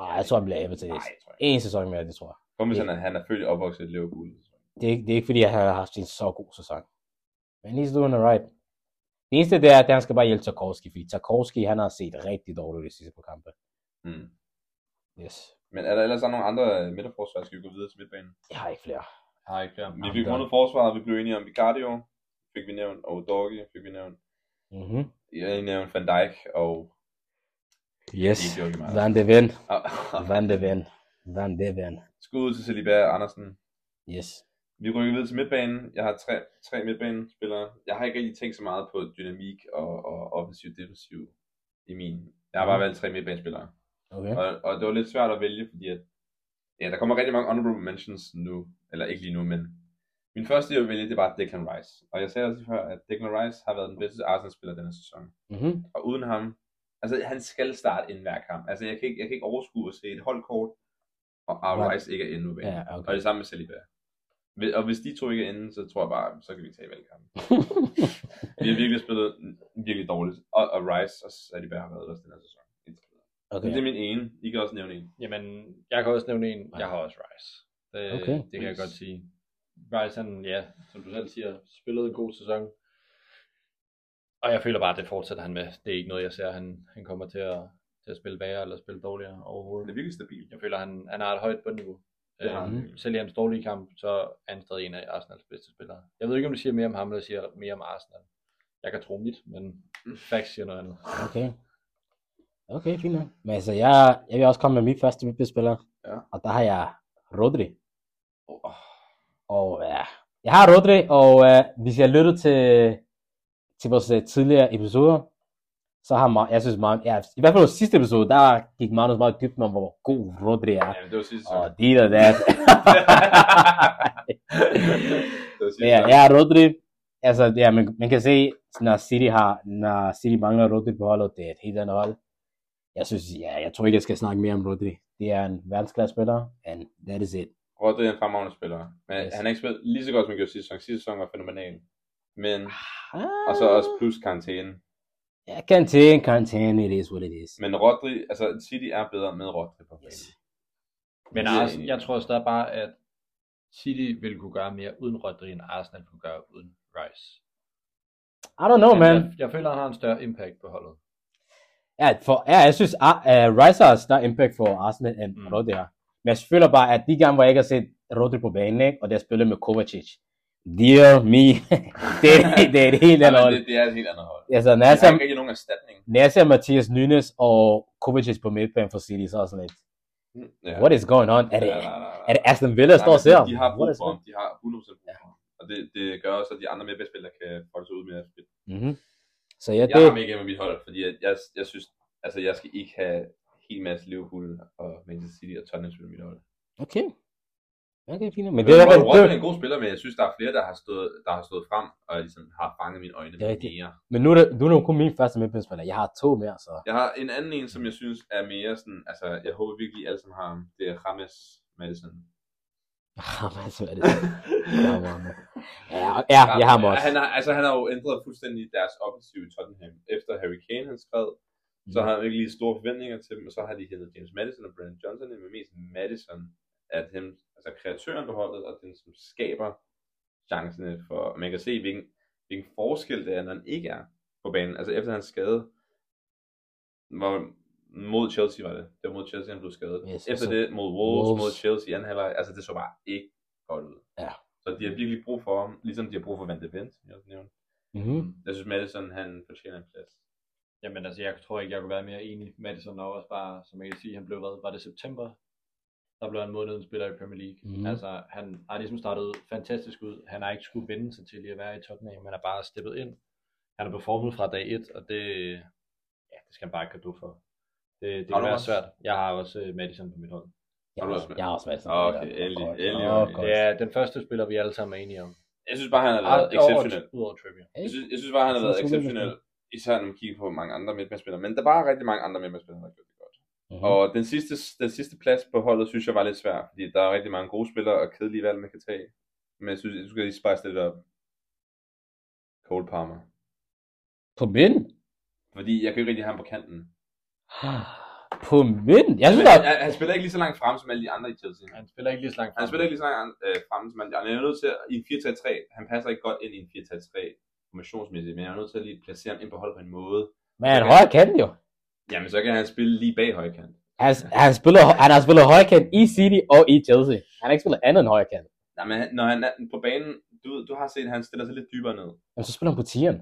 Speaker 3: Nej, jeg tror, han bliver Everton.
Speaker 2: Nej, jeg tror ikke.
Speaker 3: En sæson mere, det tror jeg.
Speaker 2: Kom, hvis han er, han er født og opvokset i Liverpool.
Speaker 3: Det er, ikke, det er ikke, fordi han har haft en så god sæson. Men he's doing alright. Det eneste, det er, at han skal bare hjælpe Tarkovski, fordi Tarkovski, han har set rigtig dårligt ud de sidste par kampe.
Speaker 2: Mm.
Speaker 3: Yes.
Speaker 2: Men er der ellers er nogle andre øh, midterforsvar, skal vi gå videre til midtbanen?
Speaker 3: Jeg har ikke flere.
Speaker 4: Jeg har ikke flere.
Speaker 2: Vi fik rundet forsvaret, vi blev enige om Vicario, fik vi nævnt, og Doggy fik vi nævnt.
Speaker 3: Mm-hmm.
Speaker 2: Jeg har nævnt Van Dijk og...
Speaker 3: Yes.
Speaker 2: Det gjorde vi meget.
Speaker 3: Van de Ven.
Speaker 2: og-
Speaker 3: Van de Ven. Van de Ven.
Speaker 2: Skud ud til Saliba Andersen.
Speaker 3: Yes.
Speaker 2: Vi rykker videre til midtbanen. Jeg har tre, tre midtbanespillere. Jeg har ikke rigtig tænkt så meget på dynamik og, og offensiv defensiv i min. Jeg har bare valgt tre midtbanespillere.
Speaker 3: Okay.
Speaker 2: Og, og det var lidt svært at vælge, fordi at, ja, der kommer rigtig mange honorable mentions nu. Eller ikke lige nu, men min første, jeg vil vælge, det var Declan Rice. Og jeg sagde også lige før, at Declan Rice har været den bedste Arsenal-spiller denne sæson.
Speaker 3: Mm-hmm.
Speaker 2: Og uden ham, altså han skal starte inden hver kamp. Altså jeg kan ikke, jeg kan ikke overskue at se et holdkort, og Arne
Speaker 3: Nej.
Speaker 2: Rice ikke er inde på banen.
Speaker 3: Ja,
Speaker 2: Og
Speaker 3: okay.
Speaker 2: det samme med Saliba. Hvi- Og hvis de to ikke er inde, så tror jeg bare, så kan vi tage valgkampen. Vi har virkelig spillet virkelig dårligt. Og, og Rice og Saliba har været der den her sæson. Okay. Det
Speaker 3: okay.
Speaker 2: er min ene. I kan også nævne en.
Speaker 4: Jamen, jeg kan også nævne en. Jeg har også Rice. Det,
Speaker 3: Okay.
Speaker 4: det kan jeg godt sige. Rice, han, ja, som du selv siger, spillede en god sæson. Og jeg føler bare, at det fortsætter han med. Det er ikke noget, jeg ser, han, han kommer til at, til at spille værre eller spille dårligere
Speaker 2: Det
Speaker 4: overhovedet.
Speaker 2: er virkelig stabil.
Speaker 4: Jeg føler, han, han har et højt bundniveau.
Speaker 2: Det har han.
Speaker 4: Øhm, selv i hans dårlige kamp, så er han stadig en af Arsenals bedste spillere. Jeg ved ikke, om det siger mere om ham, eller siger mere om Arsenal. Jeg kan tro mit, men
Speaker 2: Mm.
Speaker 4: facts siger noget andet.
Speaker 3: Okay. Okay, fint nok. Men altså, jeg, jeg vil også komme med min første midtbanespiller.
Speaker 2: Ja.
Speaker 3: Og der har jeg Rodri.
Speaker 2: Oh,
Speaker 3: Og ja, jeg har Rodri, og øh, hvis jeg lytter til, til vores øh, tidligere episoder, så har Ma- jeg synes, man, ja, i hvert fald vores sidste episode, der gik Magnus meget dybt med, hvor god Rodri er.
Speaker 2: ja, det var sidste sæson.
Speaker 3: Og dit og dat.
Speaker 2: det var sidste
Speaker 3: Men ja, ja, Rodri, altså, ja, man, man kan se, når City, har, når City mangler Rodri på holdet, det er et helt andet hold. Jeg synes, ja, jeg tror ikke, jeg skal snakke mere om Rodri. Det er en verdensklasse spiller, and that is it.
Speaker 2: Rodri er en fremragende spiller. Men
Speaker 3: Yes.
Speaker 2: yes. han har ikke spillet lige så godt, som han gjorde sidste sæson. Sidste sæson var fænomenal. Men,
Speaker 3: Ah.
Speaker 2: og så også plus karantæne.
Speaker 3: Ja, Kantin, Kantin, it is what it is.
Speaker 2: Men Rodri, altså City er bedre med Rodri på banen.
Speaker 3: Yes.
Speaker 4: Men
Speaker 2: Det-
Speaker 4: Arsenal, jeg tror stadig bare, at City ville kunne gøre mere uden Rodri, end Arsenal kunne gøre uden Rice.
Speaker 3: I don't know,
Speaker 4: Men
Speaker 3: man.
Speaker 4: Jeg, jeg føler, han har en større impact på holdet.
Speaker 3: Ja, for, ja jeg synes, uh, uh, Rice har større impact for Arsenal end
Speaker 4: Mm.
Speaker 3: mm. Rodri har. Men jeg føler bare, at de gange, hvor jeg ikke har set Rodri på banen, ikke, og der spillet med Kovacic, dear me, det, er- det er et helt
Speaker 2: Ja,
Speaker 3: andet
Speaker 2: men
Speaker 3: hold.
Speaker 2: det, det, er et helt andet hold.
Speaker 3: Altså, når
Speaker 2: Jeg
Speaker 3: jeg
Speaker 2: har
Speaker 3: ser,
Speaker 2: ikke rigtig nogen erstatning.
Speaker 3: når jeg ser Mathias Nunes og Kovacic på midtbanen for City, så er jeg sådan lidt,
Speaker 2: Ja.
Speaker 3: what is going on? Hm. Er det,
Speaker 2: Ja, nej, nej, nej.
Speaker 3: er det Aston Villa, der står og
Speaker 2: Nej,
Speaker 3: ser?
Speaker 2: men De har brug
Speaker 3: What is
Speaker 2: for
Speaker 3: going-
Speaker 2: ham. De har 100% brug for ham. Og det, det gør også, at de andre midtbanespillere kan holde sig ud med at spille.
Speaker 3: Mhm. Så ja,
Speaker 2: Jeg har ham
Speaker 3: det,
Speaker 2: ikke med mit hold, fordi jeg, jeg, jeg synes, altså jeg skal ikke have en hel masse Liverpool og Manchester City og Tottenham spiller mit hold.
Speaker 3: okay. Okay, fint. Men
Speaker 2: Men
Speaker 3: det er i hvert fald,
Speaker 2: Rodri er
Speaker 3: det-
Speaker 2: en god spiller, men jeg synes, der er flere, der har stået, der har stået frem og ligesom har fanget mine øjne
Speaker 3: Det er
Speaker 2: med
Speaker 3: rigtigt.
Speaker 2: mere.
Speaker 3: men nu er det, nu er det kun min første midtbanespiller. Jeg har to mere, så.
Speaker 2: Jeg har en anden en, som jeg synes er mere sådan, altså jeg håber virkelig, alle sammen har ham. Det er James Madison.
Speaker 3: Jamen, altså, er det Ja, man. Ja, ja, jeg har ham også.
Speaker 2: Han har, altså, han har jo ændret fuldstændig deres offensiv i Tottenham. Efter Harry Kane han skred, mm. så
Speaker 3: Mm.
Speaker 2: har han ikke lige store forventninger til dem, og så har de hentet James Madison og Brandon Johnson, ind, men mest Madison er dem, altså kreatøren på holdet, og den, som skaber chancene for, og man kan se, hvilken, hvilken forskel det er, når han ikke er på banen. Altså efter hans skade, hvor mod Chelsea var det. Det var mod Chelsea, han blev skadet.
Speaker 3: Yes,
Speaker 2: Yes, efter
Speaker 3: altså-
Speaker 2: det mod Wolves,
Speaker 3: Wolves.
Speaker 2: Wolves. mod Chelsea, anden halvleg. Altså det så bare ikke godt ud.
Speaker 3: Ja.
Speaker 2: Så de har virkelig brug for ham, ligesom de har brug for Van de Ven, som jeg også nævnte.
Speaker 3: Mm-hmm.
Speaker 2: Jeg synes, Madison, han fortjener en plads.
Speaker 4: Jamen altså, jeg tror ikke, jeg kunne være mere enig. Madison er også bare, som jeg kan sige, han blev hvad? Var det september? Der blev han månedens spiller i Premier League.
Speaker 3: Mhm.
Speaker 4: Mm. Altså, han har ligesom startet fantastisk ud. Han har ikke skulle vende sig til lige at være i Tottenham. Han er bare steppet ind. Han har performet fra dag 1, og det, ja, det skal han bare ikke have for. Det, det
Speaker 2: Har
Speaker 4: kan
Speaker 2: du
Speaker 4: være
Speaker 2: også?
Speaker 4: svært. Jeg har også øh, Madison på mit hold.
Speaker 3: Jeg,
Speaker 2: Har du
Speaker 3: har-
Speaker 2: også med?
Speaker 3: jeg har også med.
Speaker 2: Åh, okay, endelig, endelig.
Speaker 3: Åh, godt.
Speaker 4: Det er den første spiller, vi alle sammen er enige om.
Speaker 2: Jeg synes bare, han har
Speaker 4: Ej,
Speaker 2: været exceptionel.
Speaker 4: Over, udover Trippier.
Speaker 2: Jeg synes, jeg synes bare, han har
Speaker 3: Jeg
Speaker 2: været
Speaker 3: synes, det er
Speaker 2: exceptionel. Især når man kigger på mange andre midtbanespillere. Men der var rigtig mange andre midtbanespillere, der har gjort det godt.
Speaker 3: Mhm.
Speaker 2: Og den sidste, den sidste plads på holdet, synes jeg var lidt svær, fordi der er rigtig mange gode spillere og kedelige valg, man kan tage. Men jeg synes, du skal lige spice det lidt op. Cole Palmer.
Speaker 3: På midten?
Speaker 2: Fordi jeg kan ikke rigtig have ham på kanten. Ah.
Speaker 3: På midten? Jeg
Speaker 2: Men
Speaker 3: synes, der
Speaker 2: han,
Speaker 3: er...
Speaker 2: han- han spiller ikke lige så langt frem som alle de andre i Chelsea.
Speaker 4: Han spiller ikke lige så langt
Speaker 2: Han
Speaker 4: frem.
Speaker 2: spiller ikke lige så langt øh, frem som alle de andre. Han er nødt til at, i en 4-3-3, han passer ikke godt ind i en 4-3-3 formationsmæssigt, men han er nødt til at lige placere ham ind på holdet på en måde.
Speaker 3: Men han er højre kant jo.
Speaker 2: Jamen, så kan han spille lige bag højkant.
Speaker 3: Han, han, spiller, han har spillet højre kant i City og i Chelsea. Han har ikke spillet andet end højre kant.
Speaker 2: Nej, men han- når han er på banen, du, ved- du har set, at han stiller sig lidt dybere ned.
Speaker 3: Jamen, så spiller han på tieren.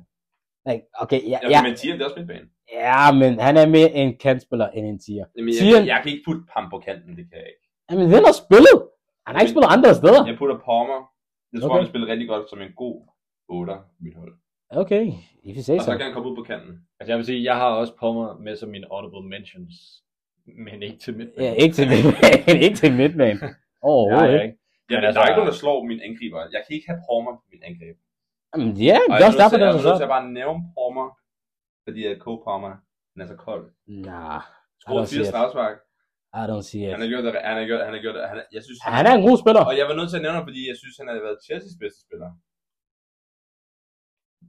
Speaker 3: Like, okay, ja,
Speaker 2: Ja,
Speaker 3: ja,
Speaker 2: men Tier, det er også mit bane.
Speaker 3: ja, men han er mere en kantspiller end en tier.
Speaker 2: Jamen, jeg,
Speaker 3: Tieren-
Speaker 2: jeg, jeg, kan ikke putte ham på kanten, det kan jeg ikke.
Speaker 3: Jamen, han har spillet. Han har ikke spillet andre steder.
Speaker 2: Jeg putter Palmer. Jeg tror,
Speaker 3: Okay.
Speaker 2: okay. han spiller rigtig godt som en god 8 mit hold.
Speaker 3: Okay, I vil se
Speaker 2: Og så kan
Speaker 3: så.
Speaker 2: han komme ud på kanten.
Speaker 4: Altså jeg vil sige, jeg har også Pommer med som mine honorable mentions, men ikke til midtbanen.
Speaker 3: Ja, ikke til midtbanen. ikke til midtbanen.
Speaker 4: Nej,
Speaker 3: Overhovedet
Speaker 4: jeg
Speaker 3: ikke.
Speaker 4: ikke.
Speaker 2: Ja,
Speaker 4: Men
Speaker 2: men der
Speaker 4: altså-
Speaker 2: er ikke nogen, der slår min angriber. Jeg kan ikke have Palmer på min angreb.
Speaker 3: Jamen, ja,
Speaker 2: Og
Speaker 3: det
Speaker 2: jeg
Speaker 3: er også
Speaker 2: nødt
Speaker 3: derfor,
Speaker 2: til-
Speaker 3: det
Speaker 2: jeg
Speaker 3: er så
Speaker 2: nødt til
Speaker 3: sjovt.
Speaker 2: at bare nævne Palmer, fordi at Cole Palmer, han er så kold.
Speaker 3: Nah, I
Speaker 2: Skruer
Speaker 3: don't see
Speaker 2: fire
Speaker 3: it.
Speaker 2: strafspark.
Speaker 3: I don't see
Speaker 2: Han har
Speaker 3: it.
Speaker 2: gjort det, han har gjort han har gjort det. Han er, jeg synes,
Speaker 3: Han er en god spiller.
Speaker 2: Og jeg var nødt til at nævne ham, fordi jeg synes, han har været Chelsea's bedste spiller.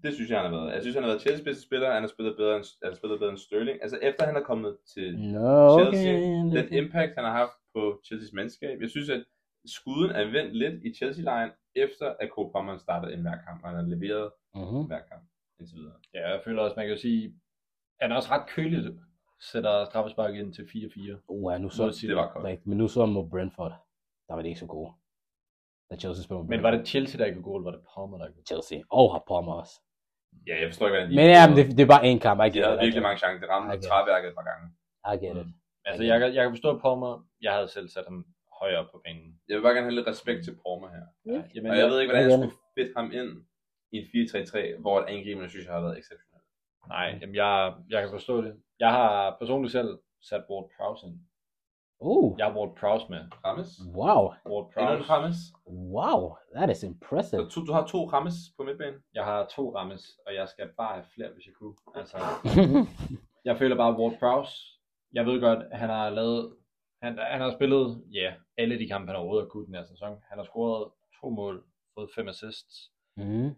Speaker 2: Det synes jeg, han har været. Jeg synes, han har været Chelsea's bedste spiller. Han har spillet bedre end, han har spillet bedre end Sterling. Altså, efter han er kommet til
Speaker 3: Nå, okay.
Speaker 2: Chelsea, den impact, han har haft på Chelsea's mandskab. Jeg synes, at skuden er vendt lidt i Chelsea-lejen, efter at Cole Palmer startede en hver kamp, og han har leveret
Speaker 3: Mhm.
Speaker 2: hver kamp indtil videre.
Speaker 4: Ja, jeg føler også, man kan jo sige, han er også ret køligt, sætter straffespark ind til 4-4.
Speaker 3: Uha, nu så
Speaker 4: mod City.
Speaker 2: Det var godt.
Speaker 3: Rigtigt, men nu så han mod Brentford. Der var det ikke så gode. Da Chelsea spillede mod
Speaker 4: Men var
Speaker 3: Brentford.
Speaker 4: det Chelsea, der ikke kunne gå, eller var det Palmer, der ikke kunne
Speaker 3: Chelsea. Oh, Og har Palmer også.
Speaker 2: Ja, jeg forstår ikke, hvordan de...
Speaker 3: Men ja, men det, det er bare én kamp. Jeg
Speaker 2: de
Speaker 3: get
Speaker 2: havde
Speaker 3: it, I
Speaker 2: virkelig
Speaker 3: get
Speaker 2: mange chancer. Det ramte
Speaker 3: Okay.
Speaker 2: okay. træværket et par gange.
Speaker 3: it, I get it.
Speaker 4: Altså, jeg, kan- jeg kan forstå Palmer. Jeg havde selv sat ham højere op på banen.
Speaker 2: Jeg vil bare gerne have lidt respekt til Palmer her.
Speaker 4: Ja, jamen,
Speaker 2: Og jeg ved ikke, hvordan
Speaker 3: Ja,
Speaker 2: jeg
Speaker 3: gerne.
Speaker 2: skulle fedte ham ind i en 4-3-3, hvor et angriberne synes, jeg har været exceptionelt.
Speaker 3: Mm.
Speaker 4: Nej, jamen, jeg, jeg kan forstå det. Jeg har personligt selv sat Ward Prowse ind.
Speaker 3: Uh,
Speaker 4: Jeg har Ward Prowse med.
Speaker 2: Rammes?
Speaker 3: wow.
Speaker 4: Ward
Speaker 2: Endnu en
Speaker 4: Prowse.
Speaker 2: Rammes?
Speaker 3: Wow, that is
Speaker 2: Så
Speaker 3: impressive.
Speaker 2: to, du har to Rammes på midtbanen?
Speaker 4: Jeg har to Rammes, og jeg skal bare have flere, hvis jeg kunne. Altså, jeg føler bare Ward Prowse. Jeg ved godt, han har lavet... Han, han har spillet, ja, yeah, alle de kampe, han overhovedet har kunnet den her sæson. Han har scoret to mål, fået fem assists.
Speaker 3: mm.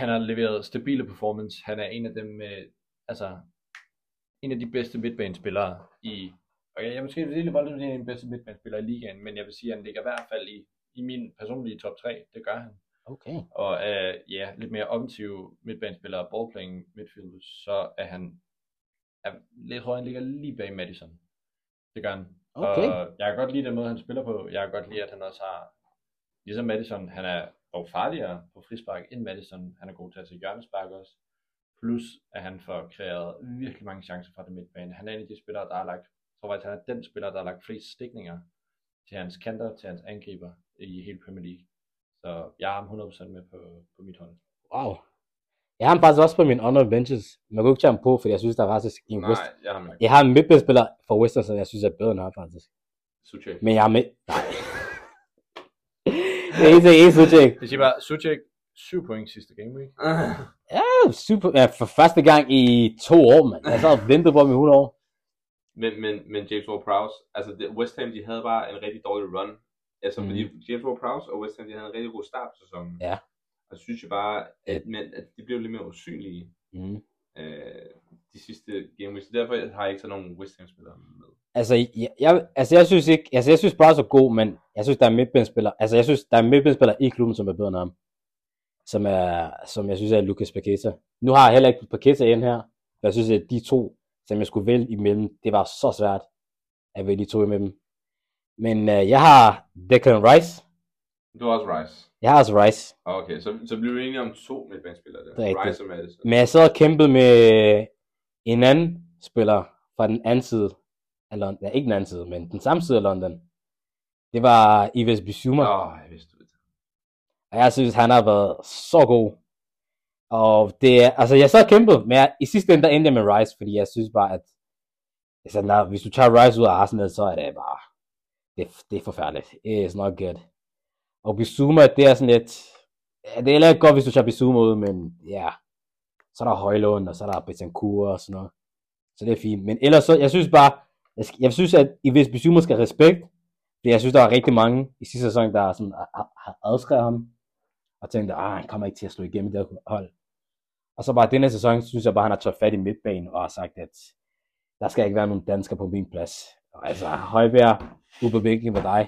Speaker 4: han har leveret stabile performance. Han er en af dem, øh, altså, en af de bedste midtbanespillere i, og jeg, jeg måske vil sige, at han er en bedste midtbanespiller i ligaen, men jeg vil sige, at han ligger i hvert fald i, i min personlige top 3, det gør han.
Speaker 3: Okay.
Speaker 4: Og er ja, lidt mere offensive midtbanespillere og ballplaying midfielder, så er han, er, jeg tror, han ligger lige bag Madison. Det gør han.
Speaker 3: Okay.
Speaker 4: Og jeg kan godt lide den måde, han spiller på. Jeg kan godt lide, at han også har, ligesom Madison, han er dog farligere på frispark end Madison. Han er god til at tage hjørnespark også. Plus, at han får kreeret virkelig mange chancer fra det midtbane. Han er en af de spillere, der har lagt, jeg tror faktisk, han er den spiller, der har lagt flest stikninger til hans kanter, til hans angriber i hele Premier League. Så jeg har ham 100% med på, på mit hold.
Speaker 3: Wow. Jeg har ham faktisk også på min honorable benches. Man kan jo ikke tage ham på, fordi jeg synes, der er faktisk en West.
Speaker 2: Nej, jeg har ham ikke.
Speaker 3: Jeg har en midtbanespiller fra Western, som jeg synes er bedre end ham faktisk.
Speaker 2: Suchek.
Speaker 3: Men jeg er med. Nej. det er ikke en Suchek.
Speaker 4: Det siger bare, Suchek, 7 point sidste game week.
Speaker 3: Ja, super. Ja, for første gang i to år, mand. Jeg sad og ventede på ham i 100 år.
Speaker 2: men, men, men James Ward-Prowse, altså det, West Ham, de havde bare en rigtig dårlig run. Altså,
Speaker 3: Mhm.
Speaker 2: fordi James Ward-Prowse og West Ham, de havde en rigtig god start på sæsonen.
Speaker 3: Ja.
Speaker 2: Og så synes jeg bare, at, men, at de blev lidt mere usynlige
Speaker 3: Mm.
Speaker 2: øh, de sidste games. Så derfor har jeg ikke taget nogen West Ham-spillere med.
Speaker 3: Altså, jeg, jeg, altså, jeg synes ikke, altså, jeg synes bare så god, men jeg synes, der er en midtbanespiller, altså, jeg synes, der er en midtbanespiller i klubben, som er bedre end ham, som er, som jeg synes er Lucas Paqueta. Nu har jeg heller ikke Paqueta ind her, for jeg synes, at de to, som jeg skulle vælge imellem, det var så svært at vælge de to imellem. Men øh, jeg har Declan Rice,
Speaker 2: Du har også Rice.
Speaker 3: jeg har også Rice,
Speaker 2: Ah, Okay, så, så bliver vi enige om to midtbanespillere der.
Speaker 3: Det er rigtigt.
Speaker 2: Rice og Madison.
Speaker 3: Men jeg sad og kæmpede med en anden spiller fra den anden side af London. Ja, ikke den anden side, men den samme side af London. Det var Ives Bissouma.
Speaker 2: Åh,
Speaker 3: Ja.
Speaker 2: oh, jeg vidste det.
Speaker 3: Og jeg synes, han har været så god. Og det er, altså jeg sad og kæmpede, men jeg, i sidste ende, der endte jeg med Rice, fordi jeg synes bare, at altså, når, hvis du tager Rice ud af Arsenal, så er det bare, det, det er forfærdeligt. It's not good. Og Bissouma, det er sådan lidt, ja, det er heller ikke godt, hvis du tager Bissouma ud, men ja, yeah. så er der Højlund, og så er der Betancourt og sådan noget. Så det er fint. Men ellers så, jeg synes bare, jeg, sk- jeg synes, at i hvis Bissouma skal have respekt, det jeg synes, der var rigtig mange i sidste sæson, der sådan, har, har adskrevet ham, og tænkte, ah, han kommer ikke til at slå igennem i det her hold. Og så bare denne sæson, synes jeg bare, han har taget fat i midtbanen og har sagt, at der skal ikke være nogen dansker på min plads. Og altså, Højbjerg, ubevægelig med dig.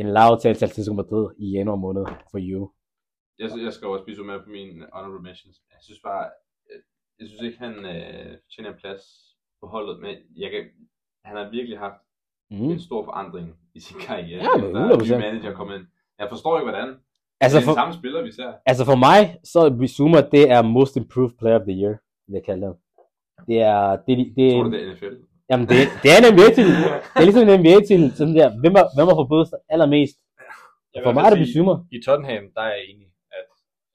Speaker 3: En lav til til Atletico Madrid i januar måned for you.
Speaker 2: Jeg, jeg skal også spise med på min honorable mentions. Jeg synes bare, jeg, jeg synes ikke, han øh, tjener en plads på holdet, men jeg kan, han har virkelig haft mm.
Speaker 3: Mm.
Speaker 2: en stor forandring i sin karriere.
Speaker 3: Ja, men
Speaker 2: efter
Speaker 3: 100%.
Speaker 2: ny manager kom ind. Jeg forstår ikke, hvordan. Altså,
Speaker 3: Altså,
Speaker 2: det er
Speaker 3: for,
Speaker 2: den samme spiller, vi ser.
Speaker 3: altså for mig, så er Bissouma, det er most improved player of the year, vil jeg kalde ham. Det er, det, det, det,
Speaker 2: Tror du, det er NFL?
Speaker 3: jamen det, det er en NBA-titel. Det er ligesom en NBA-titel, sådan der, hvem har, hvem har forbrudt sig allermest
Speaker 4: Jeg vil
Speaker 3: For
Speaker 4: i hvert
Speaker 3: mig
Speaker 4: fald
Speaker 3: er det
Speaker 4: sige,
Speaker 3: bekymrer.
Speaker 4: I Tottenham, der er jeg enig, at,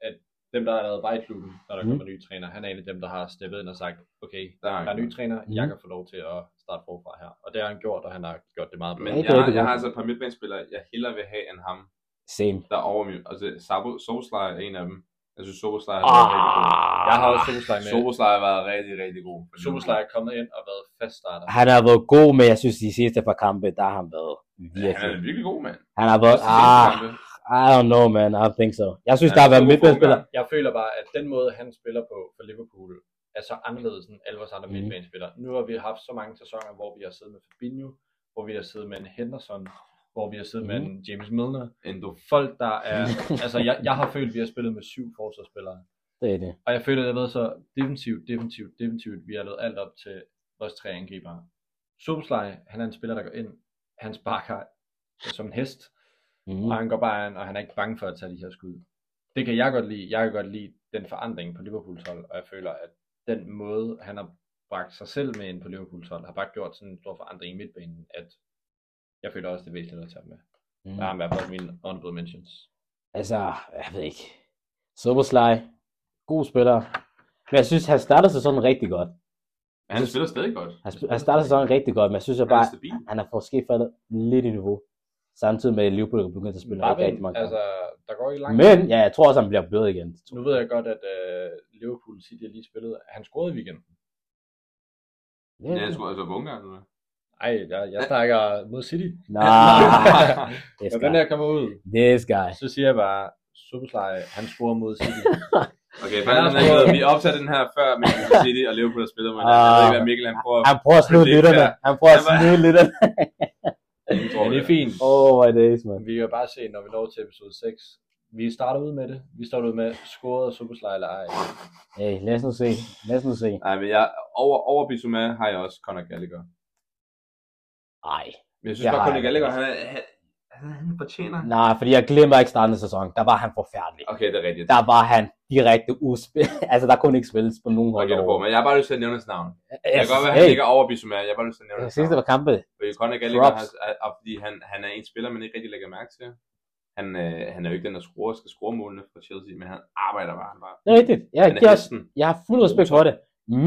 Speaker 4: at dem, der har været bare i klubben, når der
Speaker 3: Mm.
Speaker 4: kommer nye træner, han er en af dem, der har steppet ind og sagt, okay,
Speaker 2: Der
Speaker 4: der er en ny træner,
Speaker 3: Mm.
Speaker 4: jeg kan få lov til at starte forfra her. Og det har han gjort, og han har gjort det meget bedre.
Speaker 2: Men
Speaker 3: Ja, det er
Speaker 2: jeg, har,
Speaker 3: rigtig
Speaker 2: jeg
Speaker 3: godt.
Speaker 2: har altså et par midtbanespillere, jeg hellere vil have end ham,
Speaker 3: Same.
Speaker 2: der er over min... Altså, Sabo, Solskjaer er en af dem. Jeg synes, Solskjaer har været rigtig god.
Speaker 3: Ah,
Speaker 4: Jeg har også Soboslej med.
Speaker 2: Solskjaer har været rigtig, rigtig god.
Speaker 4: Soboslej er kommet ind og været fast starter.
Speaker 3: han har været god, men jeg synes, de sidste par kampe, der har han været
Speaker 2: Ja, han
Speaker 3: virkelig.
Speaker 2: er virkelig god, mand.
Speaker 3: Han har været,
Speaker 2: Også de seneste
Speaker 3: ah,
Speaker 2: kampe.
Speaker 3: I don't know, man. I don't think so. Jeg synes,
Speaker 2: Ja,
Speaker 3: der har været
Speaker 2: god
Speaker 3: midtbanespiller.
Speaker 4: Jeg føler bare, at den måde, han spiller på for Liverpool, er så anderledes end alle vores andre
Speaker 3: Mm.
Speaker 4: midtbanespillere. Nu har vi haft så mange sæsoner, hvor vi har siddet med Fabinho, hvor vi har siddet med en Henderson, hvor vi har siddet med
Speaker 3: Mm.
Speaker 4: en James Milner.
Speaker 2: Endo.
Speaker 4: Folk, der er... altså, jeg, jeg har følt, at vi har spillet med syv forsvarsspillere.
Speaker 3: Det er det.
Speaker 4: Og jeg føler, at jeg ved så defensivt, defensivt, defensivt, vi har lavet alt op til vores tre angribere. Soboslej, han er en spiller, der går ind, han sparker som en hest,
Speaker 3: Mm.
Speaker 4: og han går bare an, og han er ikke bange for at tage de her skud. Det kan jeg godt lide. Jeg kan godt lide den forandring på Liverpools hold, og jeg føler, at den måde, han har bragt sig selv med ind på Liverpools hold, har bare gjort sådan en stor forandring i midtbanen, at jeg føler også, det er væsentligt at tage med. Der har
Speaker 3: Mm.
Speaker 4: i hvert fald mine honorable mentions.
Speaker 3: Altså, jeg ved ikke. Soboslej, god spiller. Men jeg synes, han startede sæsonen rigtig godt.
Speaker 2: Men han spiller stadig godt.
Speaker 3: Han, sp- han startede sæsonen rigtig godt, men jeg synes, jeg
Speaker 2: Han
Speaker 3: bare,
Speaker 2: er stabil.
Speaker 3: han har måske faldet lidt i niveau. Samtidig med, at Liverpool er begyndt at spille
Speaker 4: Bare
Speaker 3: rigtig, rigtig
Speaker 4: vent,
Speaker 3: mange altså,
Speaker 4: altså, der går ikke langt.
Speaker 3: Men ja, jeg tror også, han bliver bedre igen.
Speaker 4: Nu ved jeg godt, at øh, Liverpool City lige spillede. Han scorede i weekenden.
Speaker 3: Ja,
Speaker 2: Ja, han skulle altså på Ungarn, eller hvad?
Speaker 4: Ej, jeg, jeg snakker mod City.
Speaker 3: Ah. Nej, this
Speaker 4: Når den
Speaker 3: guy.
Speaker 4: her kommer ud,
Speaker 3: This guy.
Speaker 4: så siger jeg bare, Soboslej, han scorer mod City.
Speaker 2: Okay, for han er vi optager den her før Manchester City og Liverpool har spillet mod hinanden. Jeg ved ikke, hvad Mikkel han prøver
Speaker 3: Han prøver at snyde
Speaker 2: Det er
Speaker 3: lytterne.
Speaker 2: fair.
Speaker 3: Han prøver at
Speaker 2: Han var-
Speaker 3: snyde lytterne.
Speaker 2: at
Speaker 4: Men det er fint.
Speaker 3: Oh my days, man.
Speaker 4: Vi kan jo bare se, når vi når til episode 6. Vi starter ud med det. Vi starter ud med, scorede Soboslej eller ej.
Speaker 3: Hey, lad os nu se. Lad os nu se.
Speaker 2: Nej, men jeg, over, over Bissouma har jeg også Conor Gallagher.
Speaker 3: Ej.
Speaker 2: Men jeg synes
Speaker 3: Jeg
Speaker 2: bare,
Speaker 3: har
Speaker 2: Conor
Speaker 3: ikke.
Speaker 2: Gallagher, han, er- han, han, han fortjener.
Speaker 3: Nej, fordi jeg glemmer ikke starten af sæsonen. Der var han forfærdelig.
Speaker 2: Okay, det er rigtigt.
Speaker 3: Der var han direkte udspil. altså, der kunne ikke spilles på nogen hold.
Speaker 2: Okay, du får,
Speaker 3: overhovedet.
Speaker 2: men jeg har bare lyst til at nævne hans navn.
Speaker 3: Yes.
Speaker 2: Jeg kan godt være, at han ligger over Bissouma. Jeg har bare lyst til at nævne
Speaker 3: Jeg
Speaker 2: hans
Speaker 3: synes, det
Speaker 2: navn.
Speaker 3: var kampe.
Speaker 2: Fordi Conor Gallagher,
Speaker 3: Props.
Speaker 2: har- er- er- fordi han, han er en spiller, man ikke rigtig lægger mærke til. Han, øh, han er jo ikke den, der scorer, skal score målene for Chelsea, men han arbejder bare. Han, bare.
Speaker 3: Det er rigtigt. Jeg,
Speaker 2: han er
Speaker 3: jeg,
Speaker 2: hesten.
Speaker 3: jeg har fuld respekt for det.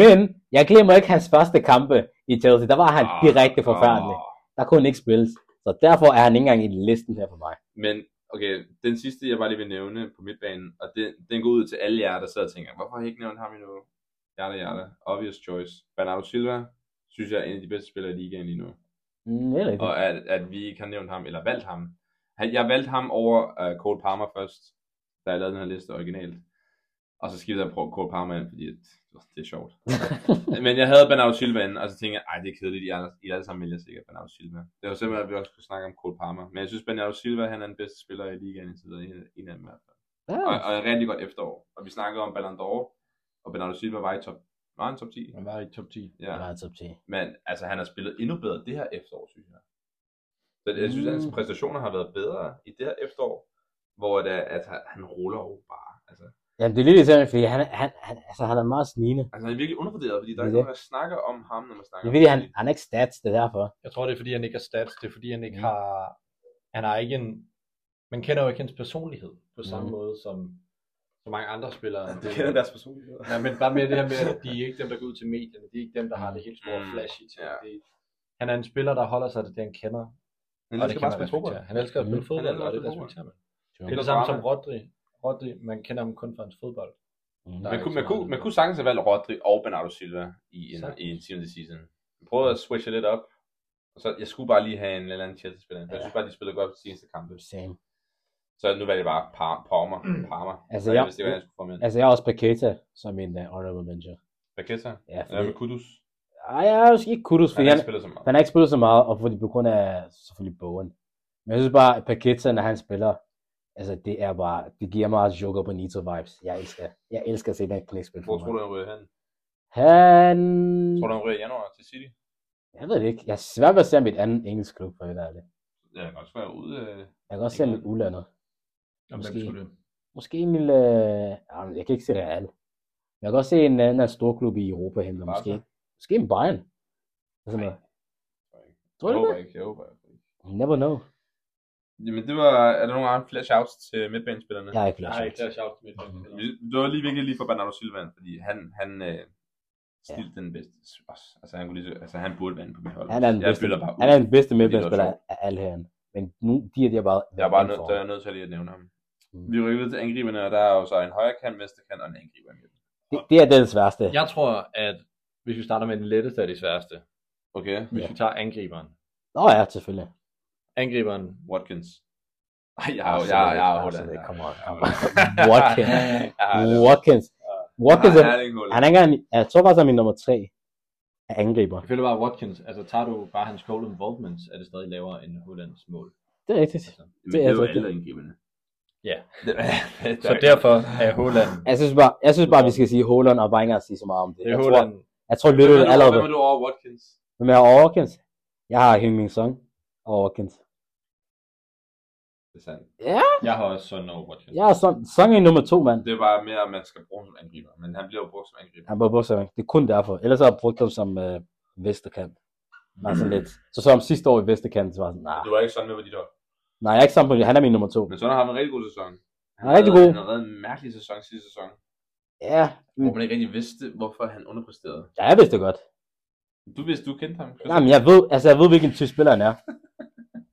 Speaker 3: Men jeg glemmer ikke hans første kampe i Chelsea. Der var han
Speaker 2: Ah,
Speaker 3: direkte forfærdelig.
Speaker 2: ah.
Speaker 3: Der kunne han ikke spilles. Så derfor er han ikke engang i listen her for mig.
Speaker 2: Men okay, den sidste, jeg bare lige vil nævne på midtbanen, og den, den går ud til alle jer, der sidder og tænker, hvorfor har jeg ikke nævnt ham endnu? Hjerte, hjerte. Obvious choice. Bernardo Silva, synes jeg er en af de bedste spillere i ligaen lige nu.
Speaker 3: Mm, det er rigtigt.
Speaker 2: Og at, at vi ikke har nævnt ham, eller valgt ham. Han, jeg valgte ham over uh, Cole Palmer først, da jeg lavede den her liste originalt. Og så skiftede jeg på Cole Palmer ind, fordi at, det er sjovt. Men jeg havde Bernardo Silva inden, og så tænkte jeg, ej, det er kedeligt, I, andre, I alle sammen vælger sikkert Bernardo Silva. Det var simpelthen, at vi også skulle snakke om Cole Palmer. Men jeg synes, Bernardo Silva, han er den bedste spiller i ligaen indtil videre, en- en af dem i hvert fald.
Speaker 3: Ja.
Speaker 2: Og, og et rigtig godt efterår. Og vi snakkede om Ballon d'Or, og Bernardo Silva var i top, var han top 10?
Speaker 4: Han var i top 10.
Speaker 2: Ja.
Speaker 3: Han er top 10.
Speaker 2: Men altså, han har spillet endnu bedre det her efterår, synes jeg. Så jeg synes, at hans
Speaker 3: Mm.
Speaker 2: præstationer har været bedre i det her efterår, hvor det er, at han, han ruller jo bare. Altså,
Speaker 3: Jamen, det er lidt irriterende, fordi han, han, han, altså, han er meget snigende.
Speaker 2: altså, han er virkelig undervurderet, fordi der er
Speaker 3: Det er
Speaker 2: ikke nogen, der snakker om ham, når man
Speaker 3: Det
Speaker 2: snakker
Speaker 3: er fordi,
Speaker 2: om
Speaker 3: han, han er ikke stats, det er derfor.
Speaker 4: Jeg tror, det er, fordi han ikke er stats. Det er, fordi han ikke
Speaker 3: Mm.
Speaker 4: har... Han har ikke en... Man kender jo ikke hans personlighed på samme
Speaker 3: Mm.
Speaker 4: måde som så mange andre spillere.
Speaker 2: Ja, Det kender deres personlighed.
Speaker 4: Ja, men bare med det her med, at de er ikke dem, der går ud til medierne. De er ikke dem, der har det helt store
Speaker 2: Mm.
Speaker 4: flashy til.
Speaker 2: Ja.
Speaker 4: Det, han er en spiller, der holder sig til det, han kender.
Speaker 2: Han
Speaker 4: og det kan man respektere. Han elsker at spille
Speaker 3: Mm.
Speaker 4: fodbold,
Speaker 2: Han elsker
Speaker 4: og
Speaker 2: at spille
Speaker 4: det
Speaker 2: fodbold.
Speaker 4: respekterer man.
Speaker 3: Sure.
Speaker 4: Det er det samme som Rodri. Rodri, man kender ham kun for hans fodbold.
Speaker 3: Mm.
Speaker 4: Nej.
Speaker 2: Man kunne, man, kunne, man kunne sagtens have valgt Rodri og Bernardo Silva i en,
Speaker 4: Sagtens.
Speaker 2: i en team of the season. Jeg prøvede at switche lidt op. Og så, jeg skulle bare lige have en eller anden Chelsea-spiller. ind, for Jeg
Speaker 3: Ja.
Speaker 2: synes bare, de spillede godt på de seneste kampe.
Speaker 3: Same.
Speaker 2: Så nu valgte jeg bare Par- Palmer. Palmer.
Speaker 3: Altså,
Speaker 2: jeg
Speaker 3: jeg-
Speaker 2: vidste ikke, hvad jeg skulle få med.
Speaker 3: Altså, jeg har også Paqueta som min uh, honorable mention.
Speaker 2: Paqueta?
Speaker 3: Ja,
Speaker 2: Ja,
Speaker 3: fordi,
Speaker 2: med Kudus.
Speaker 3: Ej, jeg er måske ikke kudos,
Speaker 2: Han
Speaker 3: fordi
Speaker 2: har
Speaker 3: han,
Speaker 2: ikke spillet så meget.
Speaker 3: han har ikke spillet så meget, og fordi på grund af selvfølgelig bogen. Men jeg synes bare, at Paqueta, når han spiller, altså det er bare, det giver mig Jogo Bonito vibes. Jeg elsker, jeg elsker at se den knæk spille
Speaker 2: Hvor
Speaker 3: for
Speaker 2: tror du,
Speaker 3: mig.
Speaker 2: han ryger hen?
Speaker 3: Han, Mm.
Speaker 2: Tror du, han ryger i januar til City?
Speaker 3: jeg ved det ikke, jeg er svært ved at se ham i et andet engelsk klub, for at være ærlig.
Speaker 2: Ja, han kan også være ude. øh.
Speaker 3: Jeg kan også se ham i udlandet.
Speaker 4: Og hvem
Speaker 3: Måske.
Speaker 4: skulle det?
Speaker 3: Måske en lille... Ja, men jeg kan ikke se Real. Men jeg kan også se en anden af en stor klub i Europa hente,
Speaker 2: Barca?
Speaker 3: måske. Måske en Bayern. Eller sådan
Speaker 2: Nej.
Speaker 3: noget.
Speaker 2: tror jeg ikke.
Speaker 3: Tror
Speaker 2: Jeg
Speaker 3: du
Speaker 2: håber
Speaker 3: det?
Speaker 2: ikke, jeg håber ikke.
Speaker 3: You never know.
Speaker 2: Jamen det var, er der nogen andre flash outs til midtbanespillerne?
Speaker 3: Jeg har ikke flere
Speaker 4: Nej,
Speaker 3: shots.
Speaker 4: det er sjovt til midtbanen.
Speaker 2: Vi- Det var lige virkelig lige for Bernardo Silva, fordi han, han øh, stilte den bedste. Også, altså, han kunne lige, så- altså han burde vinde på mit hold.
Speaker 3: Han er den
Speaker 2: jeg
Speaker 3: bedste,
Speaker 2: bytter bare ud.
Speaker 3: han er den bedste midtbanespiller
Speaker 2: sjovt.
Speaker 3: af alle herren. Men nu, de her, de har bare...
Speaker 2: Jeg er bare nødt,
Speaker 3: for-
Speaker 2: der er jeg nødt til lige at nævne ham.
Speaker 3: Mm.
Speaker 2: Vi rykker videre til angriberne, og der er jo så en højre kant, venstre kant og en angriber. i midten.
Speaker 3: det, det, er den sværeste.
Speaker 4: Jeg tror, at hvis vi starter med den letteste af de sværeste,
Speaker 2: Okay,
Speaker 4: hvis
Speaker 3: Ja.
Speaker 4: vi tager angriberen.
Speaker 3: Nå ja, selvfølgelig.
Speaker 4: Angriberen.
Speaker 2: Watkins. Ej, jeg har jo, jeg har, jeg har Holland.
Speaker 3: Absolut ikke. Come on,
Speaker 2: Jeg har
Speaker 3: come
Speaker 2: Holland.
Speaker 3: on. Watkins.
Speaker 2: Jeg har Holland.
Speaker 3: Watkins. Watkins
Speaker 2: Jeg
Speaker 3: er,
Speaker 2: har Erling Haaland.
Speaker 3: han er ikke engang, jeg tror faktisk, han er min nummer tre af angriber.
Speaker 4: Jeg føler bare, at Watkins, altså tager du bare hans goal involvements, er det stadig lavere end Hollands mål.
Speaker 3: Det er rigtigt.
Speaker 4: Altså.
Speaker 2: Men
Speaker 3: Det
Speaker 2: det
Speaker 3: er
Speaker 2: er jo
Speaker 3: altså-
Speaker 2: alle angriberne.
Speaker 4: Ja.
Speaker 2: Det er- det
Speaker 4: Så
Speaker 2: er-
Speaker 4: derfor er Holland.
Speaker 3: Jeg synes bare, jeg synes bare vi skal sige Holland og bare ikke engang sige så meget om det.
Speaker 4: Det er
Speaker 3: Jeg tror,
Speaker 4: Holland.
Speaker 3: jeg tror Lytte
Speaker 2: Hvem er du-
Speaker 3: allerede
Speaker 2: Hvem er du over Watkins?
Speaker 3: Hvem er Hawkins? Jeg har Heung-Min Song og Hawkins.
Speaker 2: Det er sandt.
Speaker 4: Jeg har også sådan over Watkins.
Speaker 3: Jeg er Song, Song er nummer to, mand.
Speaker 2: Det er bare mere, at man skal bruge som angriber. Men han bliver jo brugt som angriber.
Speaker 3: Han var bogstavning. Det er kun derfor. Ellers har jeg brugt ham som øh, Vesterkant. Nej, sådan lidt. Så som sidste år i Vesterkant, så var jeg sådan, nej,
Speaker 2: Det var ikke sådan med, hvad de dog.
Speaker 3: nej, jeg er ikke sammen på det. Han er min nummer to.
Speaker 2: Men sådan har han en rigtig god sæson.
Speaker 3: Han er rigtig
Speaker 2: havde-
Speaker 3: god. Mm.
Speaker 2: Han havde en mærkelig sæson sidste sæson.
Speaker 3: Ja,
Speaker 2: Hvor man ikke rigtig vidste, hvorfor han underpræsterede.
Speaker 3: ja jeg vidste det godt.
Speaker 2: Du vidste, du kendte ham. Christian.
Speaker 3: Nej, men jeg ved, altså jeg ved, hvilken tysk spiller han er.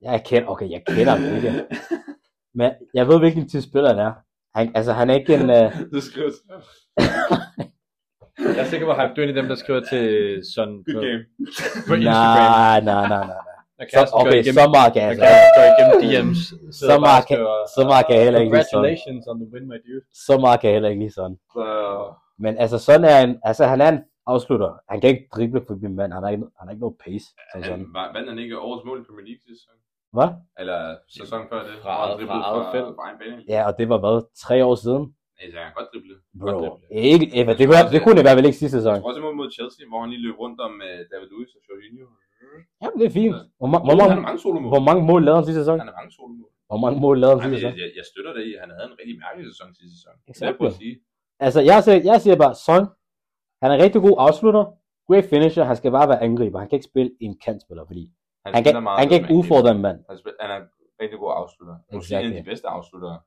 Speaker 3: Jeg kender, okay, jeg kender ham ikke. Men jeg ved, hvilken tysk spiller han er. Han, altså, han er ikke en... Øh,
Speaker 2: Du skrev til ham.
Speaker 4: Jeg er sikker på, at du er en af dem, der skriver til sådan på,
Speaker 2: Good game.
Speaker 4: på Instagram.
Speaker 3: nej, nej, nej, nej. nej.
Speaker 4: Når
Speaker 3: Så,
Speaker 4: kæresten går
Speaker 3: okay,
Speaker 4: igennem,
Speaker 3: så meget kan jeg
Speaker 4: når
Speaker 3: altså.
Speaker 4: kæresten går igennem DM's.
Speaker 3: Så meget kan, så meget kan jeg heller ikke lide sådan.
Speaker 4: Congratulations on the win, my dude.
Speaker 3: Så meget kan jeg heller ikke lide sådan.
Speaker 2: Så
Speaker 3: Men altså, sådan er en, altså, han er en afslutter. Han kan ikke drible forbi en mand. Han har ikke, han har ikke noget pace. Som
Speaker 2: han,
Speaker 3: sådan.
Speaker 2: var- vandt han ikke årets mål i Premier League sidste sæson?
Speaker 3: Hvad?
Speaker 2: Eller sæson før det?
Speaker 4: Fra
Speaker 2: hvor han
Speaker 4: eget-
Speaker 2: driblede
Speaker 4: fra eget felt.
Speaker 2: Fra egen bane.
Speaker 3: Ja, og det var hvad? Tre år siden?
Speaker 2: Altså, han kan godt drible. Godt
Speaker 3: Bro.
Speaker 2: drible.
Speaker 3: Ikke, Eva, det, kunne, det kunne det i hvert fald ikke sidste sæson.
Speaker 2: Jeg tror også imod mod Chelsea, hvor han lige løb rundt om uh, David Luiz og Jorginho.
Speaker 3: Jamen, det er fint. Hvor, ma- hvor,
Speaker 2: Han
Speaker 3: mange,
Speaker 2: har mange solomål.
Speaker 3: hvor mange mål lavede han sidste sæson?
Speaker 2: Han har mange solomål.
Speaker 3: Hvor mange mål lavede han
Speaker 2: Nej, men
Speaker 3: sidste sæson?
Speaker 2: jeg, jeg, jeg støtter det i, at han havde en rigtig mærkelig sæson sidste sæson. Det er
Speaker 3: Exakt.
Speaker 2: jeg prøver at sige.
Speaker 3: Altså, jeg siger, jeg siger bare, Son, han er en rigtig god afslutter, great finisher, han skal bare være angriber. Han kan ikke spille en kantspiller, fordi han, kan,
Speaker 2: spiller meget
Speaker 3: han kan
Speaker 2: bedre
Speaker 3: ikke
Speaker 2: end
Speaker 3: udfordre en mand.
Speaker 2: Han, spil, han er en rigtig god afslutter. Måske
Speaker 3: Exactly.
Speaker 2: en af de bedste afsluttere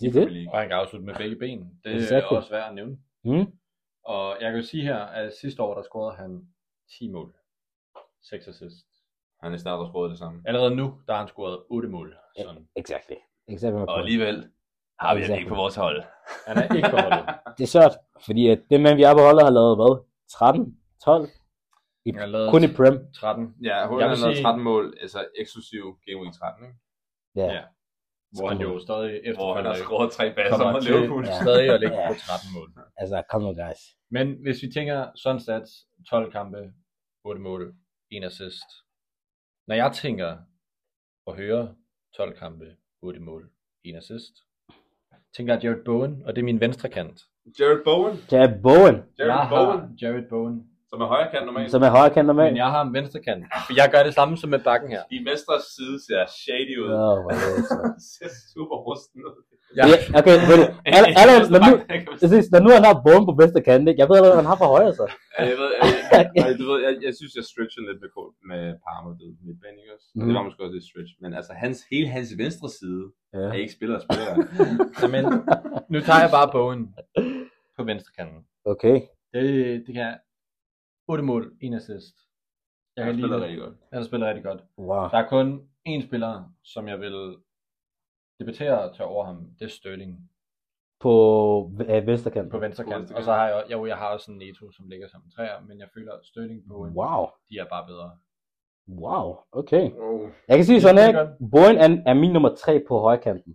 Speaker 3: Det er det.
Speaker 2: Premier League.
Speaker 4: Og han kan afslutte med begge ben. Det er
Speaker 3: Exactly.
Speaker 4: også værd at nævne.
Speaker 3: Mm?
Speaker 4: Og jeg kan jo sige her, at sidste år, der scorede han 10 mål. 6 assists.
Speaker 2: Han er snart også råd det samme.
Speaker 4: Allerede nu, der har han scoret 8 mål. Sådan.
Speaker 3: Exactly. Exactly. my
Speaker 2: Og
Speaker 3: point.
Speaker 2: alligevel har vi ham
Speaker 3: Exactly.
Speaker 2: ikke på vores hold.
Speaker 4: Han er ikke på holdet.
Speaker 3: Det er sørgt, fordi at det mand, vi er på holdet, har lavet hvad? 13? 12? I,
Speaker 4: Han har lavet
Speaker 3: kun i Prem.
Speaker 4: 13,
Speaker 2: Ja,
Speaker 4: Jeg
Speaker 2: Holland
Speaker 4: vil
Speaker 2: har lavet
Speaker 4: sige-
Speaker 2: 13 mål, altså eksklusiv Game Week 13, ikke?
Speaker 3: Ja.
Speaker 4: Ja. hvor han jo stadig
Speaker 2: Hvor han har
Speaker 4: efterfølgende
Speaker 2: skåret tre baser
Speaker 4: kommer
Speaker 2: mod
Speaker 4: til
Speaker 2: Liverpool.
Speaker 3: Ja.
Speaker 4: stadig at ligge
Speaker 3: Ja.
Speaker 4: på 13 mål.
Speaker 3: Altså, kom nu, guys.
Speaker 4: Men hvis vi tænker sådan stats, 12 kampe, 8 mål, 1 assist. Når jeg tænker og hører 12 kampe, 8 mål, 1 assist, tænker jeg Jared Bowen, og det er min venstre kant.
Speaker 2: Jared Bowen.
Speaker 3: Jared Bowen,
Speaker 2: Jared
Speaker 4: jeg
Speaker 2: Bowen,
Speaker 4: har Jared Bowen.
Speaker 2: som er højre kant normalt.
Speaker 3: som er højrekantet med.
Speaker 4: Men jeg har ham venstre kant. For jeg gør det samme som med bakken her.
Speaker 2: I venstre side ser shady ud.
Speaker 3: Åh, hvor er det så.
Speaker 2: ser super rusten ud.
Speaker 4: Jeg,
Speaker 3: Ja, okay, ved du, alle, alle, når, nu, præcis, når nu han har Bowen på venstre kant, ikke? jeg ved allerede, hvad han har på højre, så.
Speaker 2: Ja, jeg ved, jeg, jeg, jeg, du ved, jeg, jeg synes, jeg stretcher lidt med, kort- med Parma og det midtbanen, ikke også? Mm.
Speaker 3: Mhm.
Speaker 2: Det var måske også lidt stretch. Men altså, hans, hele hans venstre side
Speaker 3: Ja.
Speaker 2: er ikke spiller og spiller.
Speaker 4: men, nu tager jeg bare Bowen på venstre kanten.
Speaker 3: Okay.
Speaker 4: Det, det kan jeg. 8 mål, 1 assist. Jeg
Speaker 2: Han
Speaker 4: kan lide
Speaker 2: spiller
Speaker 4: det.
Speaker 2: rigtig godt.
Speaker 4: Han spiller rigtig godt.
Speaker 3: Wow.
Speaker 4: Der er kun én spiller, som jeg vil debattere og tage over ham. Det er Sterling
Speaker 3: På øh, venstre kant.
Speaker 4: på venstre
Speaker 2: På
Speaker 4: kant.
Speaker 2: venstre
Speaker 4: Og så har jeg, jo, jeg har også en Neto, som ligger som en træer, men jeg føler, at Sterling på wow.
Speaker 3: Wow.
Speaker 4: de er bare bedre.
Speaker 3: Wow. Okay.
Speaker 2: Oh.
Speaker 3: Jeg kan sige
Speaker 4: Det er
Speaker 3: sådan, ikke?
Speaker 4: godt.
Speaker 3: Bowen er, er min nummer 3 på højrekanten.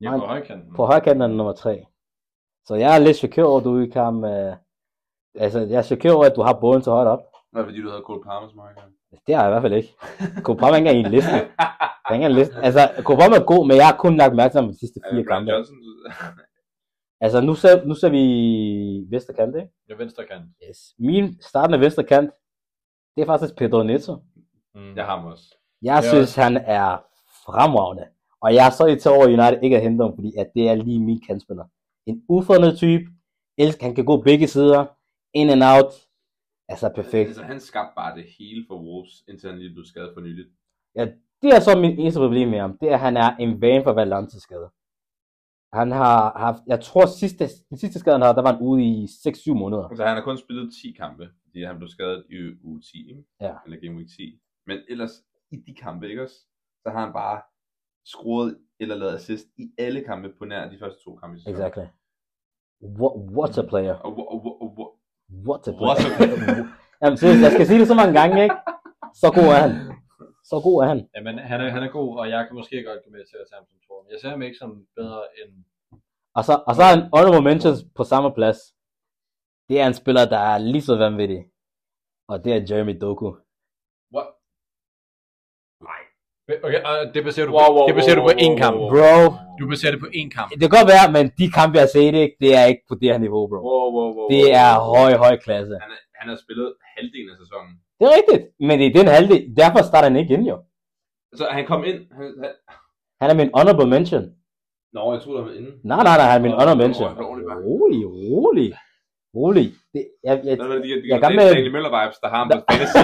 Speaker 4: Jeg er
Speaker 3: Nej.
Speaker 4: på højkanten.
Speaker 3: På højkanten er den nummer 3. Så jeg er lidt chokeret over, at du ikke har ham, øh, Altså, jeg er chokeret over, at du har Bowen så højt op.
Speaker 2: Hvad fordi du havde Cole Palmer som højre kant?
Speaker 3: Det har jeg i hvert fald ikke. Kobama er ikke engang i en liste. Der er ikke engang en liste. Altså, Kobama er god, men jeg har kun lagt mærke til ham de sidste
Speaker 2: Er
Speaker 3: fire
Speaker 2: det Brian
Speaker 3: kampe.
Speaker 2: Johnson?
Speaker 3: Altså, nu ser, nu ser vi venstre kant, ikke?
Speaker 4: Jeg er venstre kant.
Speaker 3: Yes. Min startende venstre kant, det er faktisk Pedro Neto.
Speaker 4: Mm.
Speaker 2: Jeg har ham også.
Speaker 3: Jeg
Speaker 4: Ja.
Speaker 3: synes, han er fremragende. Og jeg er så i over, at United ikke har hentet ham, fordi at det er lige min kantspiller. En ufornet type. Elsker, han kan gå begge sider. In and out. Altså, perfekt.
Speaker 2: Altså, han skabte bare det hele for Wolves, indtil han lige blev skadet for nyligt.
Speaker 3: Det er så min eneste problem med ham. Det er, at han er en vane for balanceskader. Han har haft, jeg tror sidste, den sidste skade han havde, der var han ude i 6-7 måneder.
Speaker 2: Altså, han har kun spillet 10 kampe, fordi han blev skadet i uge 10, ikke?
Speaker 3: Ja.
Speaker 2: eller game week 10. Men ellers, i de kampe, ikke også, så har han bare scoret eller lavet assist i alle kampe på nær de første to kampe. i sæsonen.
Speaker 3: Exactly. What, what a player.
Speaker 2: Og, hvor- og, hvor- og, hvor-
Speaker 3: What a
Speaker 2: What
Speaker 3: player.
Speaker 2: a player.
Speaker 3: Jamen, seriøst, jeg skal sige det så mange gange, ikke? Så god er han. Så god er han.
Speaker 4: Jamen, han er, han er god, og jeg kan måske godt gå med til at tage ham som tror. Jeg ser ham ikke som bedre end...
Speaker 3: Og så, og så en honorable mentions på samme plads. Det er en spiller, der er lige så vanvittig. Og det er Jeremy Doku.
Speaker 4: What? Nej. Okay, og det baserer du,
Speaker 2: Wow, wow,
Speaker 4: det baserer
Speaker 2: wow,
Speaker 4: du på
Speaker 2: wow,
Speaker 4: én kamp.
Speaker 2: wow, wow.
Speaker 3: Bro,
Speaker 4: Du baserer det på én kamp.
Speaker 3: det kan godt være, men de kampe, jeg har set, ikke, det er ikke på det her niveau, bro.
Speaker 2: Wow, wow, wow,
Speaker 3: Det
Speaker 2: wow,
Speaker 3: er
Speaker 2: wow.
Speaker 3: høj, høj klasse.
Speaker 2: Han, er- han har spillet halvdelen af sæsonen.
Speaker 3: Det er rigtigt. Men i den halvdel, derfor starter han ikke ind, jo.
Speaker 2: Så han kom ind. Han, han,
Speaker 3: Han er min honorable mention.
Speaker 2: Nå, jeg troede, han var inde.
Speaker 3: Nej, nej, nej, han er min
Speaker 2: Åh,
Speaker 3: honorable
Speaker 2: rolig,
Speaker 3: mention.
Speaker 2: rolig, mand.
Speaker 3: Rolig, rolig. Rolig. Det, jeg, jeg,
Speaker 2: Hvad var det, de, de,
Speaker 3: Jeg
Speaker 2: de,
Speaker 3: kan
Speaker 2: de
Speaker 3: med-
Speaker 2: Daniel Møller vibes, der har ham på fantasy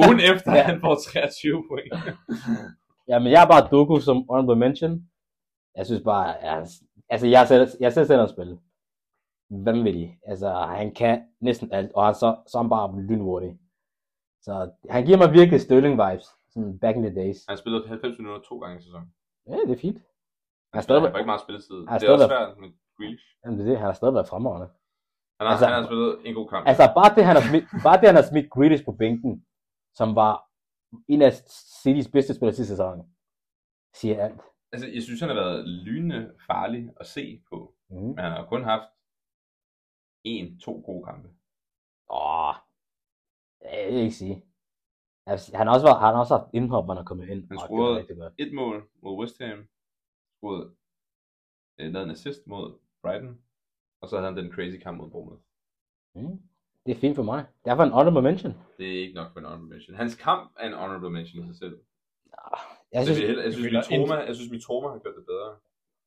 Speaker 2: ugen efter,
Speaker 3: Ja.
Speaker 2: han får 23 point.
Speaker 3: Jamen, jeg er bare Doku som honorable mention. Jeg synes bare, jeg, altså, jeg selv, jeg selv sender spil. Vanvittig. Altså, han kan næsten alt, og han, så, så er han bare lynhurtig. Så han giver mig virkelig Sterling vibes, sådan back in the days.
Speaker 2: Han spillede 90 minutter to gange i sæsonen.
Speaker 3: Ja, det er fint. Han
Speaker 2: Han
Speaker 3: har stadig,
Speaker 2: får ikke meget spilletid.
Speaker 3: Han er
Speaker 2: Det er også
Speaker 3: stadig-
Speaker 2: svært med Grealish.
Speaker 3: jamen, det er det, han har stadig været fremragende.
Speaker 2: Han har,
Speaker 3: Altså-
Speaker 2: han har spillet en god kamp.
Speaker 3: Altså, bare det, han har smidt, bare det, han har smidt Grealish på bænken, som var en af City's bedste spillere sidste sæson, siger alt.
Speaker 2: altså, jeg synes, han har været lynende farlig at se på.
Speaker 3: Mm.
Speaker 2: Men han har kun haft en, to gode kampe.
Speaker 3: Åh, jeg vil ikke sige. Altså, han har også, været, han har også haft indhop, når han er kommet ind.
Speaker 2: Han
Speaker 3: og det var
Speaker 2: scorede.
Speaker 3: rigtig godt.
Speaker 2: Et mål mod West Ham. Mod, øh, lavede en assist mod Brighton. Og så havde han den crazy kamp mod Bournemouth.
Speaker 3: Mm. Det er fint for mig. Derfor en honorable mention.
Speaker 2: Det er ikke nok for en honorable mention. Hans kamp er en honorable mention i sig selv.
Speaker 3: Jeg
Speaker 2: Altså, Jeg
Speaker 3: synes,
Speaker 2: synes, jeg, jeg, synes,
Speaker 4: føler
Speaker 2: Mitoma, jeg synes, Mitoma har gjort det bedre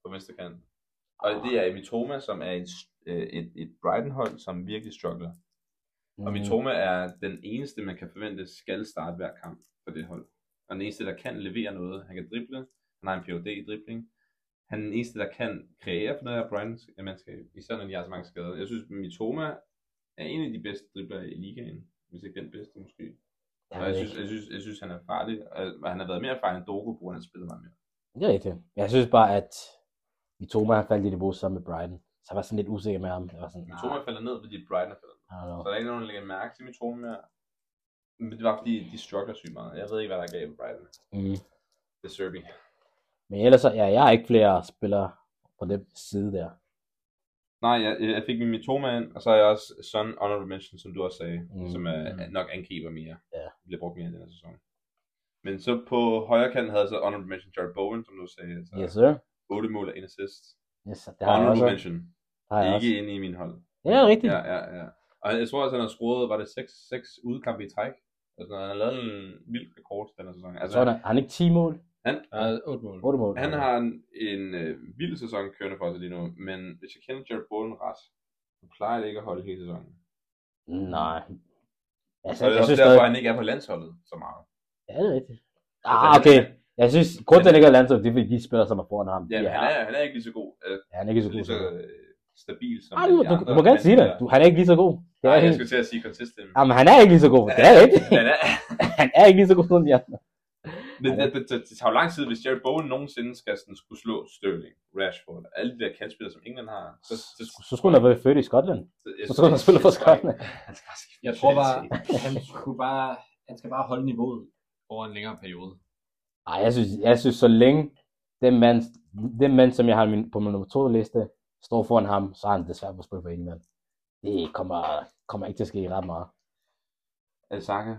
Speaker 2: på venstre kanten. Og det er Mitoma, som er et, øh, et, et Brighton-hold, som virkelig struggler. Og
Speaker 3: Mm,
Speaker 2: Mitoma er den eneste, man kan forvente skal starte hver kamp for det hold. Og den eneste, der kan levere noget. Han kan drible. Han har en PhD i dribling. Han er den eneste, der kan kreere for noget af Brightons mandskab. Især når de har så mange skader. Jeg synes, Mitoma er en af de bedste dribler i ligaen. Hvis ikke den bedste, måske.
Speaker 3: jeg
Speaker 2: Og jeg
Speaker 3: ved
Speaker 2: synes,
Speaker 3: ikke.
Speaker 2: jeg synes, jeg synes han er farlig. Og og han har været mere farlig end Dogo, på grund af at spille meget mere.
Speaker 3: Det er rigtigt. Jeg synes bare, at Mitoma han faldt i niveau sammen med Brighton. Så jeg var sådan lidt usikker med ham. Jeg var sådan, "Ah,
Speaker 2: Mitoma falder ned, fordi Brighton er faldet ned.
Speaker 3: I don't know.
Speaker 2: Så der er ikke nogen, der lægger mærke til Mitoma mere. Men det var fordi, de struggler sygt meget. Jeg ved ikke, hvad der er galt med Brighton.
Speaker 3: Mm.
Speaker 2: Det er Serbi.
Speaker 3: Men ellers, så, ja, jeg har ikke flere spillere på den side der.
Speaker 2: Nej, jeg, jeg fik min Mitoma ind, og så er jeg også Son Honorable Mention, som du også sagde, mm.
Speaker 3: Mm.
Speaker 2: som er,
Speaker 4: Mm.
Speaker 2: er nok angriber mere.
Speaker 3: Ja.
Speaker 2: Bliver brugt mere i den her sæson. Men så på højre kant havde jeg så Honorable Mention Jared Bowen, som du også sagde. Altså
Speaker 3: Yes, sir.
Speaker 2: 8 mål og en assist.
Speaker 3: Yes, det har jeg
Speaker 2: Honorable
Speaker 3: også.
Speaker 2: Mention.
Speaker 3: Det har jeg også.
Speaker 2: Ikke inde i min hold.
Speaker 3: Ja, rigtigt.
Speaker 2: Ja, ja, ja. Og jeg tror også, han har scoret, var det 6, 6 udkampe i træk? Altså, han har lavet en vild rekord den her sæson.
Speaker 3: Så
Speaker 2: Altså,
Speaker 3: er der- har han ikke 10 mål?
Speaker 2: han,
Speaker 4: Der er Øh, otte mål.
Speaker 3: 8 mål?
Speaker 2: Han har en, en øh, vild sæson kørende for sig lige nu, men hvis jeg kender Jared Bowen ret, så plejer det ikke at holde hele sæsonen.
Speaker 3: Nej. Altså,
Speaker 2: Så det er
Speaker 3: jeg
Speaker 2: også
Speaker 3: synes
Speaker 2: derfor,
Speaker 3: stadig...
Speaker 2: han ikke er på landsholdet så meget.
Speaker 3: Ja, det er rigtigt.
Speaker 2: Altså,
Speaker 3: Ah,
Speaker 2: han-
Speaker 3: okay. Jeg synes, grunden til, at han ikke er landshold, det er fordi de spillere, som er foran ham.
Speaker 2: Ja,
Speaker 3: de
Speaker 2: men
Speaker 3: er,
Speaker 2: han er, han er ikke lige så god. Øh,
Speaker 3: ja, han er ikke så god.
Speaker 2: lige så
Speaker 3: som-
Speaker 2: øh, stabil som
Speaker 3: Ah, du, du, du, må gerne sige det. Du, han er ikke lige så god. Det
Speaker 2: Nej, øh,
Speaker 3: er
Speaker 2: jeg
Speaker 3: helt... Ah.
Speaker 2: skulle til at sige consistent.
Speaker 3: Jamen, han er ikke lige så god. Det er rigtigt.
Speaker 2: Men, øh,
Speaker 3: Han er ikke lige så god som de andre.
Speaker 2: men det, det, det, det, tager jo lang tid, hvis Jared Bowen nogensinde skal sådan, skulle slå Sterling, Rashford, alle de der kandspillere, som England har. Så, så,
Speaker 3: Så skulle han have været født i Skotland.
Speaker 2: jeg-
Speaker 3: Så skulle han have spillet for Skotland.
Speaker 2: Han skal også skifte
Speaker 4: Jeg tror bare,
Speaker 2: nationalitet.
Speaker 4: han, skulle bare, han skal bare holde niveauet over en længere periode.
Speaker 3: Ej, jeg synes, jeg synes så længe den mand, den mand som jeg har min, på min nummer to liste, står foran ham, så har han desværre på spil for England. Det kommer, kommer ikke til at ske ret meget.
Speaker 2: Er det Saka?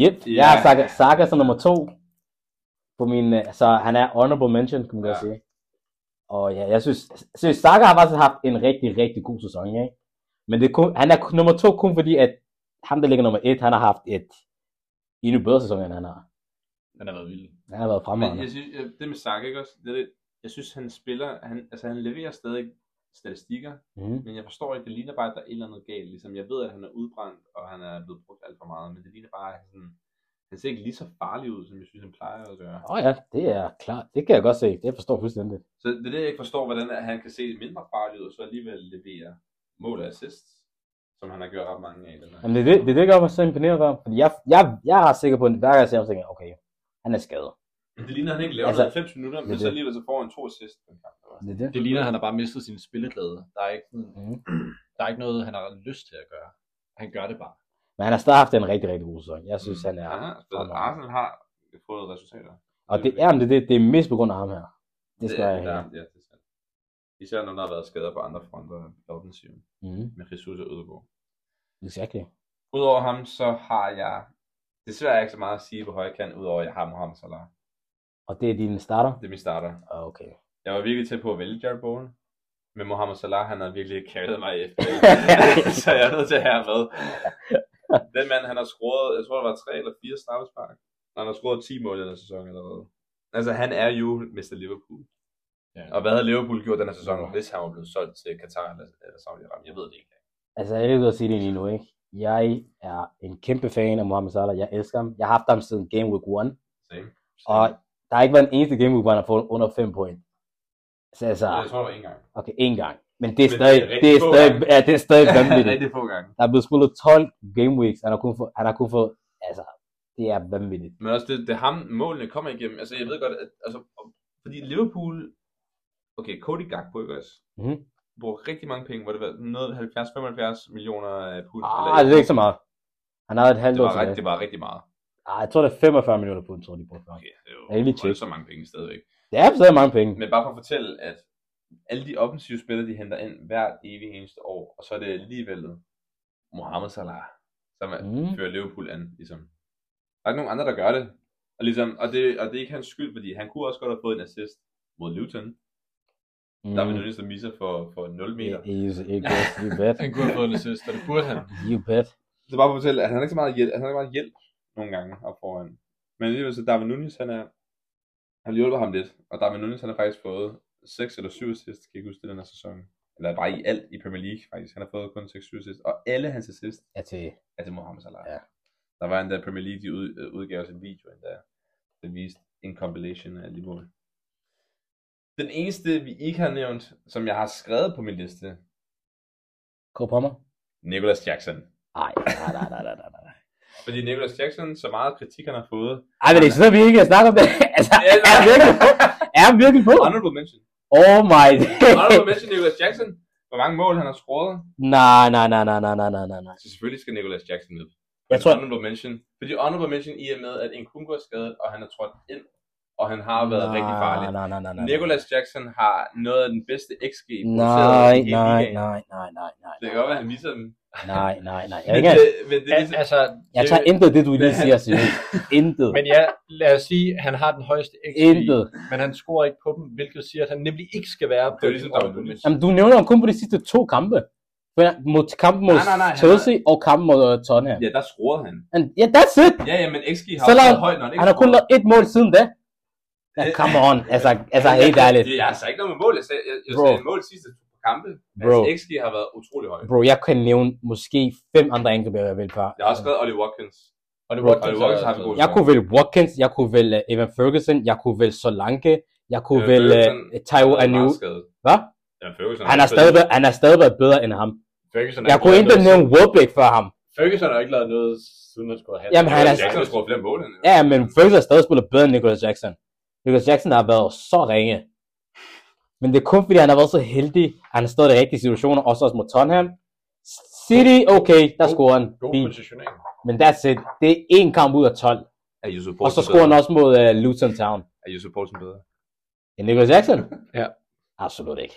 Speaker 3: Yep, yeah. jeg har Saka, Saka som nummer to på min, øh, så han er honorable mention, kan man godt
Speaker 2: Ja.
Speaker 3: sige. Og ja, jeg synes, synes Saka har faktisk haft en rigtig, rigtig god sæson, ikke? Men det er kun, han er kun- nummer to kun fordi, at ham, der ligger nummer et, han har haft et endnu bedre sæson, end han har.
Speaker 4: Han har været vild.
Speaker 3: Han har været
Speaker 2: Men
Speaker 3: fremragende.
Speaker 2: jeg synes, øh, det med Saka, ikke også? Det er det, jeg synes, han spiller, han, altså han leverer stadig statistikker,
Speaker 3: Mm.
Speaker 2: men jeg forstår ikke, det ligner bare, at der er et eller andet galt. Ligesom, jeg ved, at han er udbrændt, og han er blevet brugt alt for meget, men det ligner bare, at han sådan, han ser ikke lige så farlig ud, som jeg synes, han plejer at gøre.
Speaker 3: Åh oh, ja, det er klart. Det kan jeg godt se. Det forstår jeg fuldstændig.
Speaker 2: Så det er det, jeg ikke forstår, hvordan at han kan se mindre farlig ud, og så alligevel levere mål og assists, som han har gjort ret mange af. i Den her.
Speaker 3: Jamen, det, er det, det er det, jeg var så imponeret over. Fordi jeg, jeg, jeg er sikker på, at hver gang jeg ser ham, så tænker jeg, okay, han er skadet.
Speaker 2: Det ligner, at han ikke laver
Speaker 3: Altså,
Speaker 2: altså, 90 minutter, men
Speaker 3: det-
Speaker 2: så alligevel så får han to assists. på en kamp, eller hvad?
Speaker 3: Det er det.
Speaker 4: Det ligner, at han har bare mistet sin spilleglæde. Der er ikke, sådan,
Speaker 3: Mhm.
Speaker 4: der er ikke noget, han har lyst til at gøre. Han gør det bare.
Speaker 3: Men han har stadig haft en rigtig, rigtig god sæson. Jeg synes, han er...
Speaker 2: Ja, Mm. han har spillet. Arsenal har fået resultater.
Speaker 3: Og det er, det, det, det er mest på grund af ham her. Det skal jeg
Speaker 2: ja,
Speaker 3: have.
Speaker 2: ja, det er sandt. Især når der har været skader på andre fronter i offensiven
Speaker 3: Mm,
Speaker 2: med Jesus og Ødegaard.
Speaker 3: exactly.
Speaker 2: Udover ham, så har jeg desværre ikke så meget at sige på højkant, udover at jeg har Mohamed Salah.
Speaker 3: Og det er din starter?
Speaker 2: Det er min starter.
Speaker 3: Ah, Okay.
Speaker 2: Jeg var virkelig tæt på at vælge Jared Bowen, men Mohamed Salah, han har virkelig kævet mig i FPL, så jeg er nødt til at have ham med. Den mand, han har scoret, jeg tror, det var tre eller fire straffespark, og han har scoret 10 mål i den her sæson allerede. Altså, han er jo Mr. Liverpool.
Speaker 4: Ja.
Speaker 2: Og hvad havde Liverpool gjort den her sæson, hvis han var blevet solgt til Katar eller, eller Saudi-Arabien? Jeg ved det ikke.
Speaker 3: Altså, jeg er lige ude at sige det lige nu, ikke? Jeg er en kæmpe fan af Mohamed Salah. Jeg elsker ham. Jeg har haft ham siden Game Week 1.
Speaker 2: Same.
Speaker 3: Og der har ikke været en eneste Game Week, hvor han har fået under 5 point. Så altså,
Speaker 2: Jeg tror, det var en gang.
Speaker 3: okay, én gang. Men det er
Speaker 2: Men
Speaker 3: stadig,
Speaker 2: det er
Speaker 3: det er
Speaker 2: rigtig få
Speaker 3: stadig,
Speaker 2: gange.
Speaker 3: ja, det er stadig vanvittigt.
Speaker 2: Rigtig få gange.
Speaker 3: Der er blevet spillet 12 Game Weeks, han har kun fået, han har kun fået, altså, det er vanvittigt.
Speaker 2: Men også det, det er ham, målene kommer igennem. Altså, jeg ved godt, at, altså, fordi Liverpool... Okay, Cody Gakpo, ikke også?
Speaker 3: Mhm.
Speaker 2: Bruger rigtig mange penge, hvor det var noget 70-75 millioner af pund.
Speaker 3: Ah, det er ikke så meget. Han har et halvt
Speaker 2: det
Speaker 3: år
Speaker 2: var,
Speaker 3: tilbage.
Speaker 2: ret, det var rigtig meget.
Speaker 3: Ah, jeg tror, det er 45 millioner pund, tror jeg, de brugte. for ham.
Speaker 2: Okay, det
Speaker 3: Jeg kan lige
Speaker 2: var jo så mange penge stadigvæk.
Speaker 3: Det er stadig mange penge.
Speaker 2: Men bare for at fortælle, at alle de offensive spillere, de henter ind hvert evig eneste år, og så er det alligevel Mohamed Salah, som er,
Speaker 3: Mm.
Speaker 2: mm. fører Liverpool an, ligesom. Der er ikke nogen andre, der gør det. Og, ligesom, og, det, og det er ikke hans skyld, fordi han kunne også godt have fået en assist mod Luton. Mm.
Speaker 3: Mm.
Speaker 2: Der er vi der misser for, for 0 meter.
Speaker 3: It is, it goes, you bet.
Speaker 4: Han kunne have fået en assist, og det burde han.
Speaker 3: You bet.
Speaker 2: Det er bare for at fortælle, at han har ikke så meget hjælp, han har ikke meget hjælp nogle gange op foran. Men alligevel så Darwin Nunez, han er, han hjælper ham lidt, og Darwin Nunez, han har faktisk fået 6 eller 7 assist, kan jeg ikke huske det den her sæson. Eller bare i alt i Premier League faktisk, han har fået kun 6-7 assist, og alle hans assist
Speaker 3: Ja, til,
Speaker 2: er til Mohamed Salah.
Speaker 3: Ja.
Speaker 2: Der var en der Premier League, de ud, øh, udgav os en video endda, der viste en compilation af alle de mål. Den eneste, vi ikke har nævnt, som jeg har skrevet på min liste,
Speaker 3: Kåre Pommer?
Speaker 2: Nicholas Jackson.
Speaker 3: Ej, nej, nej, nej, nej, nej, nej.
Speaker 2: Fordi Nicholas Jackson, så meget kritik han har fået,
Speaker 3: Ej, men det er sådan, vi ikke kan snakke om det. altså,
Speaker 2: Ja,
Speaker 3: er han virkelig på? Er han virkelig på?
Speaker 2: Honorable mention.
Speaker 3: Oh my
Speaker 2: Honorable mention Nicholas Jackson. Hvor mange mål han har scoret.
Speaker 3: Nej, nej, nej, nej, nej, nej, nej, nej, nej.
Speaker 2: Så selvfølgelig skal Nicholas Jackson med.
Speaker 3: Jeg tror,
Speaker 2: Honorable mention. Fordi honorable mention i og med, at Nkunku er skadet, og han er trådt ind, og han har været
Speaker 3: nej,
Speaker 2: rigtig farlig.
Speaker 3: Nej, nej, nej, nej.
Speaker 2: Nicholas Jackson har noget af den bedste XG i
Speaker 3: Nej,
Speaker 2: hele
Speaker 3: nej,
Speaker 2: ligaen.
Speaker 3: nej, nej, nej, nej.
Speaker 2: Det kan godt være, han viser dem.
Speaker 3: Nej, nej, nej. Jeg,
Speaker 2: Men
Speaker 3: vil ikke,
Speaker 2: det, men det er ligesom,
Speaker 4: Altså,
Speaker 3: jeg tager intet af det, du lige
Speaker 2: Men-
Speaker 3: siger, seriøst. Intet.
Speaker 4: men ja, lad os sige, han har den højeste XG,
Speaker 3: Intet.
Speaker 4: men han scorer ikke på dem, hvilket siger, at han nemlig ikke skal være på
Speaker 2: Det er ligesom
Speaker 4: et
Speaker 2: Darwin Nunez.
Speaker 3: Jamen, du nævner ham kun på de sidste to kampe. For Mod kampen mod
Speaker 2: Nej, nej, nej, han
Speaker 3: Chelsea og kampen mod øh, Tottenham.
Speaker 2: ja, der scorede han.
Speaker 3: And, yeah, that's it.
Speaker 2: Ja, ja, men XG har
Speaker 3: Så
Speaker 2: også
Speaker 3: langt-
Speaker 2: været højt, når han ikke
Speaker 3: Han har kun
Speaker 2: scorede.
Speaker 3: lavet et mål siden da. Ja,
Speaker 2: Det-
Speaker 3: come on. Altså, altså helt ærligt.
Speaker 2: Det- Jeg har altså ikke noget med mål. Jeg sagde, jeg, jeg
Speaker 3: Bro.
Speaker 2: sagde mål sidste kampe. Men
Speaker 3: Bro.
Speaker 2: Hans XG har været utrolig højt.
Speaker 3: Bro, jeg kan nævne måske fem andre angriber, jeg vil før.
Speaker 2: Jeg har også skrevet Ollie Watkins.
Speaker 4: Og det
Speaker 3: Bro,
Speaker 4: Watkins,
Speaker 2: Ollie Watkins
Speaker 4: der-
Speaker 2: har haft en god
Speaker 3: Jeg kunne vælge Watkins, jeg kunne vælge øh, Evan Ferguson, jeg kunne vælge Solanke, jeg kunne
Speaker 2: Øh,
Speaker 3: vælge øh,
Speaker 2: Ferguson
Speaker 3: Taiwo
Speaker 2: Han er
Speaker 3: Anu.
Speaker 2: meget skadet.
Speaker 3: Hvad?
Speaker 2: Ja, Ferguson
Speaker 3: Han har stadig, været- han har stadig været bedre end ham.
Speaker 4: Ferguson har
Speaker 3: Jeg
Speaker 4: ikke
Speaker 3: kunne
Speaker 4: lavet
Speaker 3: ikke
Speaker 4: noget-
Speaker 3: nævne Welbeck før ham.
Speaker 4: Ferguson har ikke lavet noget, siden han skulle have
Speaker 3: Jamen, han
Speaker 2: Han
Speaker 3: er...
Speaker 2: har Jackson har scoret flere mål end
Speaker 3: Ja, men Ferguson har stadig spillet bedre end Nicholas Jackson. Nicholas Jackson har været så ringe. Men det er kun fordi, han har været så heldig. Han har stået i de rigtige situationer, også også mod Tottenham. City, okay, der
Speaker 4: God-
Speaker 3: scorer han.
Speaker 4: god
Speaker 3: Fint.
Speaker 4: positionering.
Speaker 3: Men that's it. Det er én kamp ud af 12.
Speaker 2: Er Yusuf
Speaker 3: Og så scorer han også mod uh, Luton Town.
Speaker 2: Er Yusuf Poulsen bedre?
Speaker 3: Ja, Nicholas Jackson?
Speaker 4: Ja.
Speaker 3: Absolut ikke.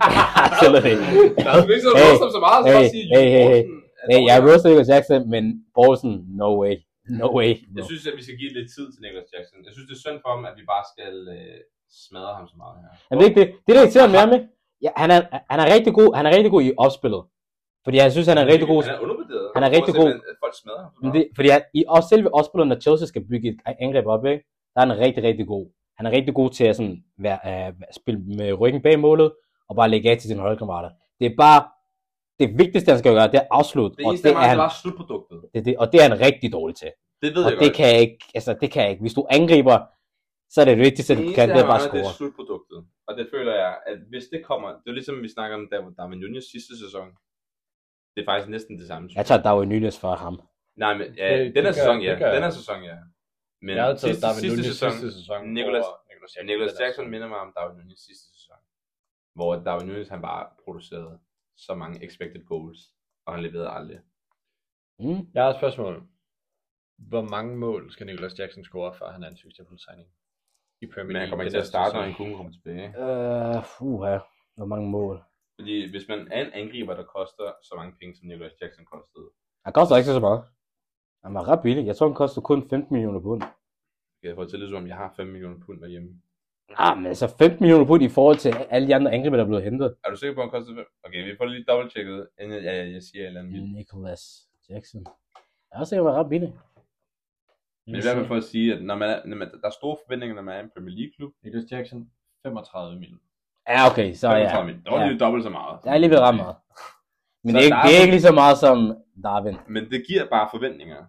Speaker 3: Absolut ikke.
Speaker 2: Der er sgu ikke så
Speaker 3: Hey,
Speaker 2: rost ham så meget, så
Speaker 3: hey,
Speaker 2: bare sige
Speaker 3: hey, hey, hey.
Speaker 2: Poulsen er
Speaker 3: hey, jeg
Speaker 2: dårligere.
Speaker 3: roaster Nicholas Jackson, men Borgsen, no way. No way.
Speaker 2: Jeg
Speaker 3: No.
Speaker 2: synes, at vi skal give lidt tid til Nicholas Jackson. Jeg synes, det er synd for ham, at vi bare skal øh, smadre ham så meget her.
Speaker 3: Jamen, det er ikke det. Det, der irriterer mig med ham, ikke? ja, han, er, han, er rigtig god, han er rigtig god i opspillet. Fordi jeg synes, han er rigtig god.
Speaker 2: Han er undervurderet.
Speaker 3: Han er
Speaker 2: Jeg tror
Speaker 3: rigtig god.
Speaker 2: simpelthen, at Folk smadrer ham. så
Speaker 3: Men
Speaker 2: meget.
Speaker 3: det, fordi at i også selve opspillet, når Chelsea skal bygge et angreb op, ikke? der er han rigtig, rigtig god. Han er rigtig god til at sådan, være, uh, spille med ryggen bag målet, og bare lægge af til sine holdkammerater. Det er bare, det vigtigste, han skal gøre, det er at afslutte,
Speaker 2: Det
Speaker 3: og
Speaker 2: eneste,
Speaker 3: det
Speaker 2: der
Speaker 3: er,
Speaker 2: mangler,
Speaker 3: han,
Speaker 2: det var slutproduktet.
Speaker 3: det, det, og det er han rigtig dårlig til.
Speaker 2: Det ved
Speaker 3: Og
Speaker 2: jeg
Speaker 3: det
Speaker 2: godt.
Speaker 3: kan jeg ikke, altså det kan jeg ikke. Hvis du angriber, så er det vigtigt, at du
Speaker 2: eneste,
Speaker 3: kan det
Speaker 2: jeg
Speaker 3: er bare
Speaker 2: mangler, det
Speaker 3: score.
Speaker 2: er slutproduktet. Og det føler jeg, at hvis det kommer, det er ligesom vi snakker om, da Darwin Nunez sidste sæson. Det er faktisk næsten det samme. synes
Speaker 3: Jeg tager Darwin Nunes for ham.
Speaker 2: Nej, men ja,
Speaker 4: Det- det
Speaker 2: det, den her
Speaker 4: gør-
Speaker 2: sæson,
Speaker 4: det
Speaker 2: ja.
Speaker 4: gør jeg.
Speaker 2: Den her sæson, ja. Men
Speaker 4: Jeg havde taget
Speaker 2: sidste,
Speaker 4: Darwin
Speaker 2: sidste,
Speaker 4: Nunez
Speaker 2: sæson,
Speaker 4: sidste sæson
Speaker 2: Nicholas,
Speaker 4: over Nicholas Jackson.
Speaker 2: Nicholas
Speaker 4: Den er
Speaker 2: Jackson
Speaker 4: sådan-
Speaker 2: minder mig om Darwin Nunez sidste sæson. Hvor Darwin Nunez, han bare producerede så mange expected goals, og han leverede aldrig.
Speaker 3: Mm.
Speaker 4: Jeg har et spørgsmål. Hvor mange mål skal Nicholas Jackson score, før han er en succesfuld signing? I Premier
Speaker 2: Men han kommer
Speaker 4: den
Speaker 2: ikke til at
Speaker 4: næste
Speaker 2: starte, når
Speaker 4: sæson.
Speaker 2: han kunne komme tilbage.
Speaker 3: Øh, fuha, hvor mange mål.
Speaker 2: Fordi hvis man er en angriber, der koster så mange penge, som Nicholas Jackson kostede,
Speaker 3: Han koster ikke så meget. Han var ret billig. Jeg tror, han kostede kun 15 millioner pund.
Speaker 2: kan jeg få til som om, jeg har 5 millioner pund derhjemme.
Speaker 3: Nej, men altså 15 millioner pund i forhold til alle de andre angriber, der er blevet hentet.
Speaker 2: Er du sikker på, at han kostede 5? Okay, vi får lige dobbelttjekket, inden jeg, ja, ja, jeg siger et eller andet.
Speaker 4: Mm.
Speaker 2: vildt.
Speaker 3: Nicholas Jackson. Jeg er også sikker, han var ret billig.
Speaker 2: Men i hvert fald for at sige, at når man er, når man, der er store forventninger, når man er i en Premier League-klub.
Speaker 4: Nicholas Jackson, 35 mil.
Speaker 3: Ja, okay, så ja.
Speaker 2: 35 millioner. Der var
Speaker 3: Ja.
Speaker 2: lige dobbelt så meget.
Speaker 3: Der er alligevel ret meget. Men
Speaker 2: Så
Speaker 3: det er, ikke,
Speaker 2: der er-
Speaker 3: det er ikke lige så meget som Darwin.
Speaker 2: Men det giver bare forventninger.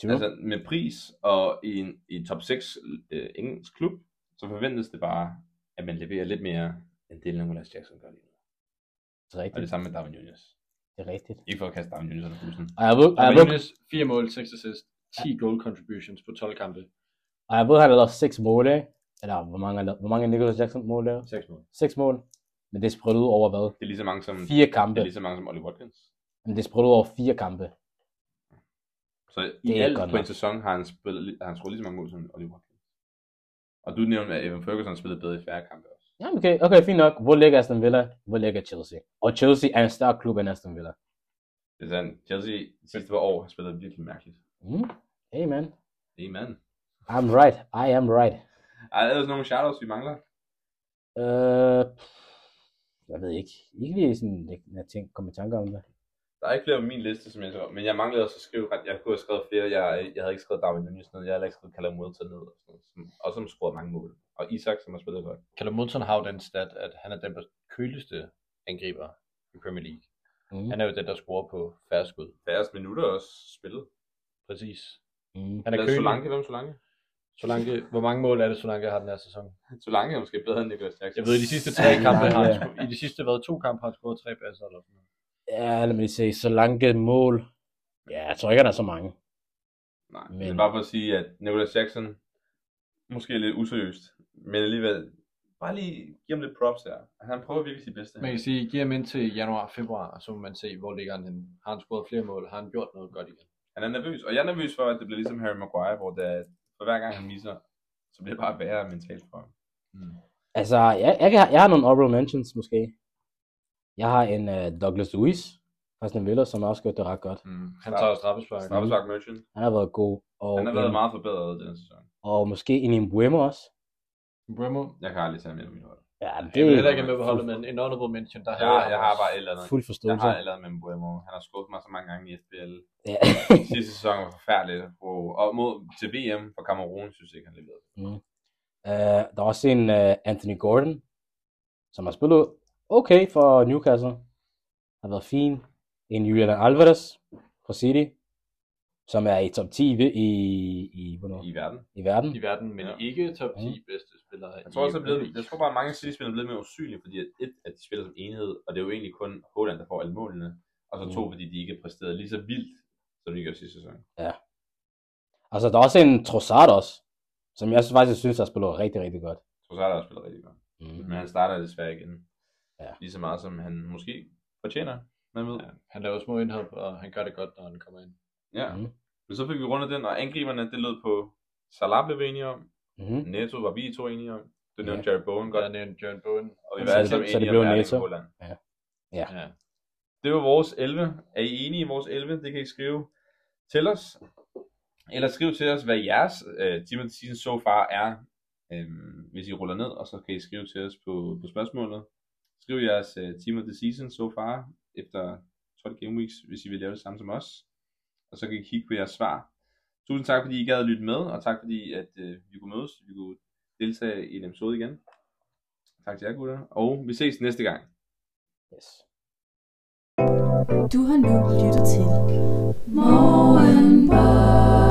Speaker 3: True.
Speaker 2: Altså med pris og i en i en top 6 øh, engelsk klub, så forventes det bare, at man leverer lidt mere, end det Nicolas Jackson gør lige nu.
Speaker 3: det er
Speaker 2: Og det
Speaker 3: rigtigt.
Speaker 2: samme med Darwin Nunez.
Speaker 3: Det er rigtigt.
Speaker 2: Ikke for at kaste Darwin Nunez under bussen.
Speaker 3: Og jeg ved, og jeg ved,
Speaker 4: Darwin Nunes, 4 mål, 6 assist, 10 goal contributions på 12 kampe.
Speaker 3: og jeg ved han har lavet seks mål, ikke? Eller hvor mange, har lavet- hvor mange er Nicholas Jackson mål lavet?
Speaker 4: 6 mål.
Speaker 3: Seks mål. Men det er spredt ud over hvad?
Speaker 2: Det er lige så mange som,
Speaker 3: Fire
Speaker 2: det
Speaker 3: kampe.
Speaker 2: er lige så mange som Ollie Watkins.
Speaker 3: Men det er spredt ud over fire kampe.
Speaker 2: Så i
Speaker 3: Det er
Speaker 2: alt
Speaker 3: godt
Speaker 2: på en
Speaker 3: nok.
Speaker 2: sæson har han, spillet, li- har han scoret lige så mange mål som Ollie Watkins. Og du nævnte, at Evan Ferguson spillede bedre i færre kampe også.
Speaker 3: Ja, okay, okay, fint nok. Hvor ligger Aston Villa? Hvor ligger Chelsea? Og Chelsea er en større klub end Aston Villa.
Speaker 2: Det er sandt. Chelsea sidste par år har spillet virkelig mærkeligt.
Speaker 3: Mm. Hey man,
Speaker 2: Det er en mand.
Speaker 3: I'm right. I am right.
Speaker 2: Er der ellers nogle shoutouts, vi mangler?
Speaker 3: Øh, jeg ved ikke. Ikke lige sådan, jeg, jeg tænker, kom i tanke om det.
Speaker 2: Der er ikke flere på min liste, som jeg tror, men jeg manglede også at skrive ret. Jeg kunne have skrevet flere. Jeg, jeg havde ikke skrevet Darwin Nunez ned. Jeg havde heller ikke skrevet Callum Wilson ned. Og, sådan, noget, som, og som scorede mange mål. Og Isak, som har spillet godt.
Speaker 4: Callum Munson har jo den stat, at han er den der køligste angriber i Premier League.
Speaker 3: Mm.
Speaker 4: Han er jo den, der scorer på færre skud.
Speaker 2: Færrest minutter også spillet.
Speaker 4: Præcis.
Speaker 3: Mm.
Speaker 4: Han er
Speaker 2: Eller
Speaker 4: kølig.
Speaker 2: Solanke, hvem er Solanke?
Speaker 4: Solanke. Hvor mange mål er det, Solanke har den her sæson?
Speaker 2: Solanke er måske bedre end Nicolas Jackson.
Speaker 4: Jeg ved, i de sidste tre
Speaker 3: Ja,
Speaker 4: kampe har han
Speaker 3: ja.
Speaker 4: sco- i de sidste hvad, to kampe har han scoret tre passer eller sådan noget.
Speaker 3: Ja, lad mig se. Så langt mål. Ja, jeg tror ikke, der er så mange.
Speaker 2: Nej,
Speaker 3: Men-
Speaker 2: men... det er bare for at sige, at Nicolas Jackson måske er lidt useriøst, men alligevel bare lige give ham lidt props her. Han prøver virkelig sit bedste.
Speaker 4: Man kan sige, giv ham ind til januar, februar, og så må man se, hvor ligger han henne. Har han scoret flere mål? Har han gjort noget godt igen?
Speaker 2: Han er nervøs, og jeg er nervøs for, at det bliver ligesom Harry Maguire, hvor det er, for hver gang han misser, så bliver det bare værre mentalt for ham.
Speaker 4: Mm.
Speaker 3: Altså, jeg, jeg, kan- jeg har nogle honorable mentions måske. Jeg har en uh, Douglas Luiz fra Aston Villa, som også gjort det ret godt.
Speaker 2: Mm.
Speaker 4: Han tager jo straffespark.
Speaker 2: Straffespark Merchant.
Speaker 3: Han har været god. Og,
Speaker 2: Han har været
Speaker 3: en,
Speaker 2: meget forbedret den sæson.
Speaker 3: og måske en Mbuemo også.
Speaker 4: Bremo.
Speaker 2: Jeg kan aldrig tage med min hold.
Speaker 3: Ja,
Speaker 4: Jeg vil heller
Speaker 3: det
Speaker 4: ikke have med på holdet, men en honorable mention, der
Speaker 2: Jeg,
Speaker 4: havde
Speaker 2: jeg
Speaker 4: ham
Speaker 2: har
Speaker 4: også.
Speaker 2: bare et eller andet.
Speaker 3: er fuld
Speaker 2: Jeg
Speaker 3: forståelse.
Speaker 2: har et eller andet med Buemo. Han har skuffet mig så mange gange i FBL.
Speaker 3: Ja.
Speaker 2: Sidste sæson var forfærdelig. Wow. Og mod, til VM for Kamerun, synes jeg ikke, han leverede.
Speaker 3: Uh, der er også en uh, Anthony Gordon, som har spillet okay for Newcastle. Har været fin. En Julian Alvarez fra City, som er i top 10 i, i, i, hvornår?
Speaker 2: I verden.
Speaker 3: i verden.
Speaker 4: i verden, men
Speaker 2: Ja.
Speaker 4: ikke top 10
Speaker 3: Mm.
Speaker 4: bedste spillere.
Speaker 2: Jeg tror også, at
Speaker 4: i
Speaker 2: blevet,
Speaker 4: Premier
Speaker 2: jeg tror bare, at mange af City-spillere er blevet mere usynlige, fordi at et, at de spiller som enhed, og det er jo egentlig kun Holland, der får alle målene, og så to,
Speaker 3: Mm.
Speaker 2: fordi de ikke præsterede lige så vildt, som de gjorde sidste sæson.
Speaker 3: Altså, der er også en Trossard også, som jeg faktisk synes, har spillet rigtig, rigtig godt.
Speaker 2: Så har der også spillet rigtig godt.
Speaker 3: Mm.
Speaker 2: Men han starter desværre igen.
Speaker 3: Ja.
Speaker 2: Lige så meget, som han måske fortjener. Man ved.
Speaker 4: League. Ja, han laver små indhop, og han gør det godt, når han kommer ind.
Speaker 2: Ja.
Speaker 3: Mhm.
Speaker 2: Men så fik vi rundet den, og angriberne, det lød på Salah blev vi enige om,
Speaker 3: Mm-hmm.
Speaker 2: Neto var vi to enige om, det nævnte
Speaker 3: Ja.
Speaker 2: Jerry Bowen
Speaker 4: Jeg har
Speaker 2: godt,
Speaker 4: nævnt Jørgen Bowen.
Speaker 2: og vi
Speaker 3: Så
Speaker 2: var alle
Speaker 3: det-
Speaker 2: sammen
Speaker 3: så det
Speaker 2: enige
Speaker 3: blev
Speaker 2: om Erling
Speaker 3: Neto.
Speaker 2: Haaland.
Speaker 4: Ja.
Speaker 2: Det var vores 11. Er I enige i vores 11? Det kan I skrive til os. Eller skriv til os, hvad jeres øh, team of the season so far er, øhm, hvis I ruller ned, og så kan I skrive til os på, på spørgsmålet. Skriv jeres øh, team of the season so far efter 12 game weeks, hvis I vil lave det samme som os. Og så kan I kigge på jeres svar. Tusind tak, fordi I gad at lytte med, og tak fordi, at øh, vi kunne mødes, vi kunne deltage i en episode igen. Tak til jer gutter, og vi ses næste gang.
Speaker 3: Yes.
Speaker 1: Du har nu lyttet til Morgenbold.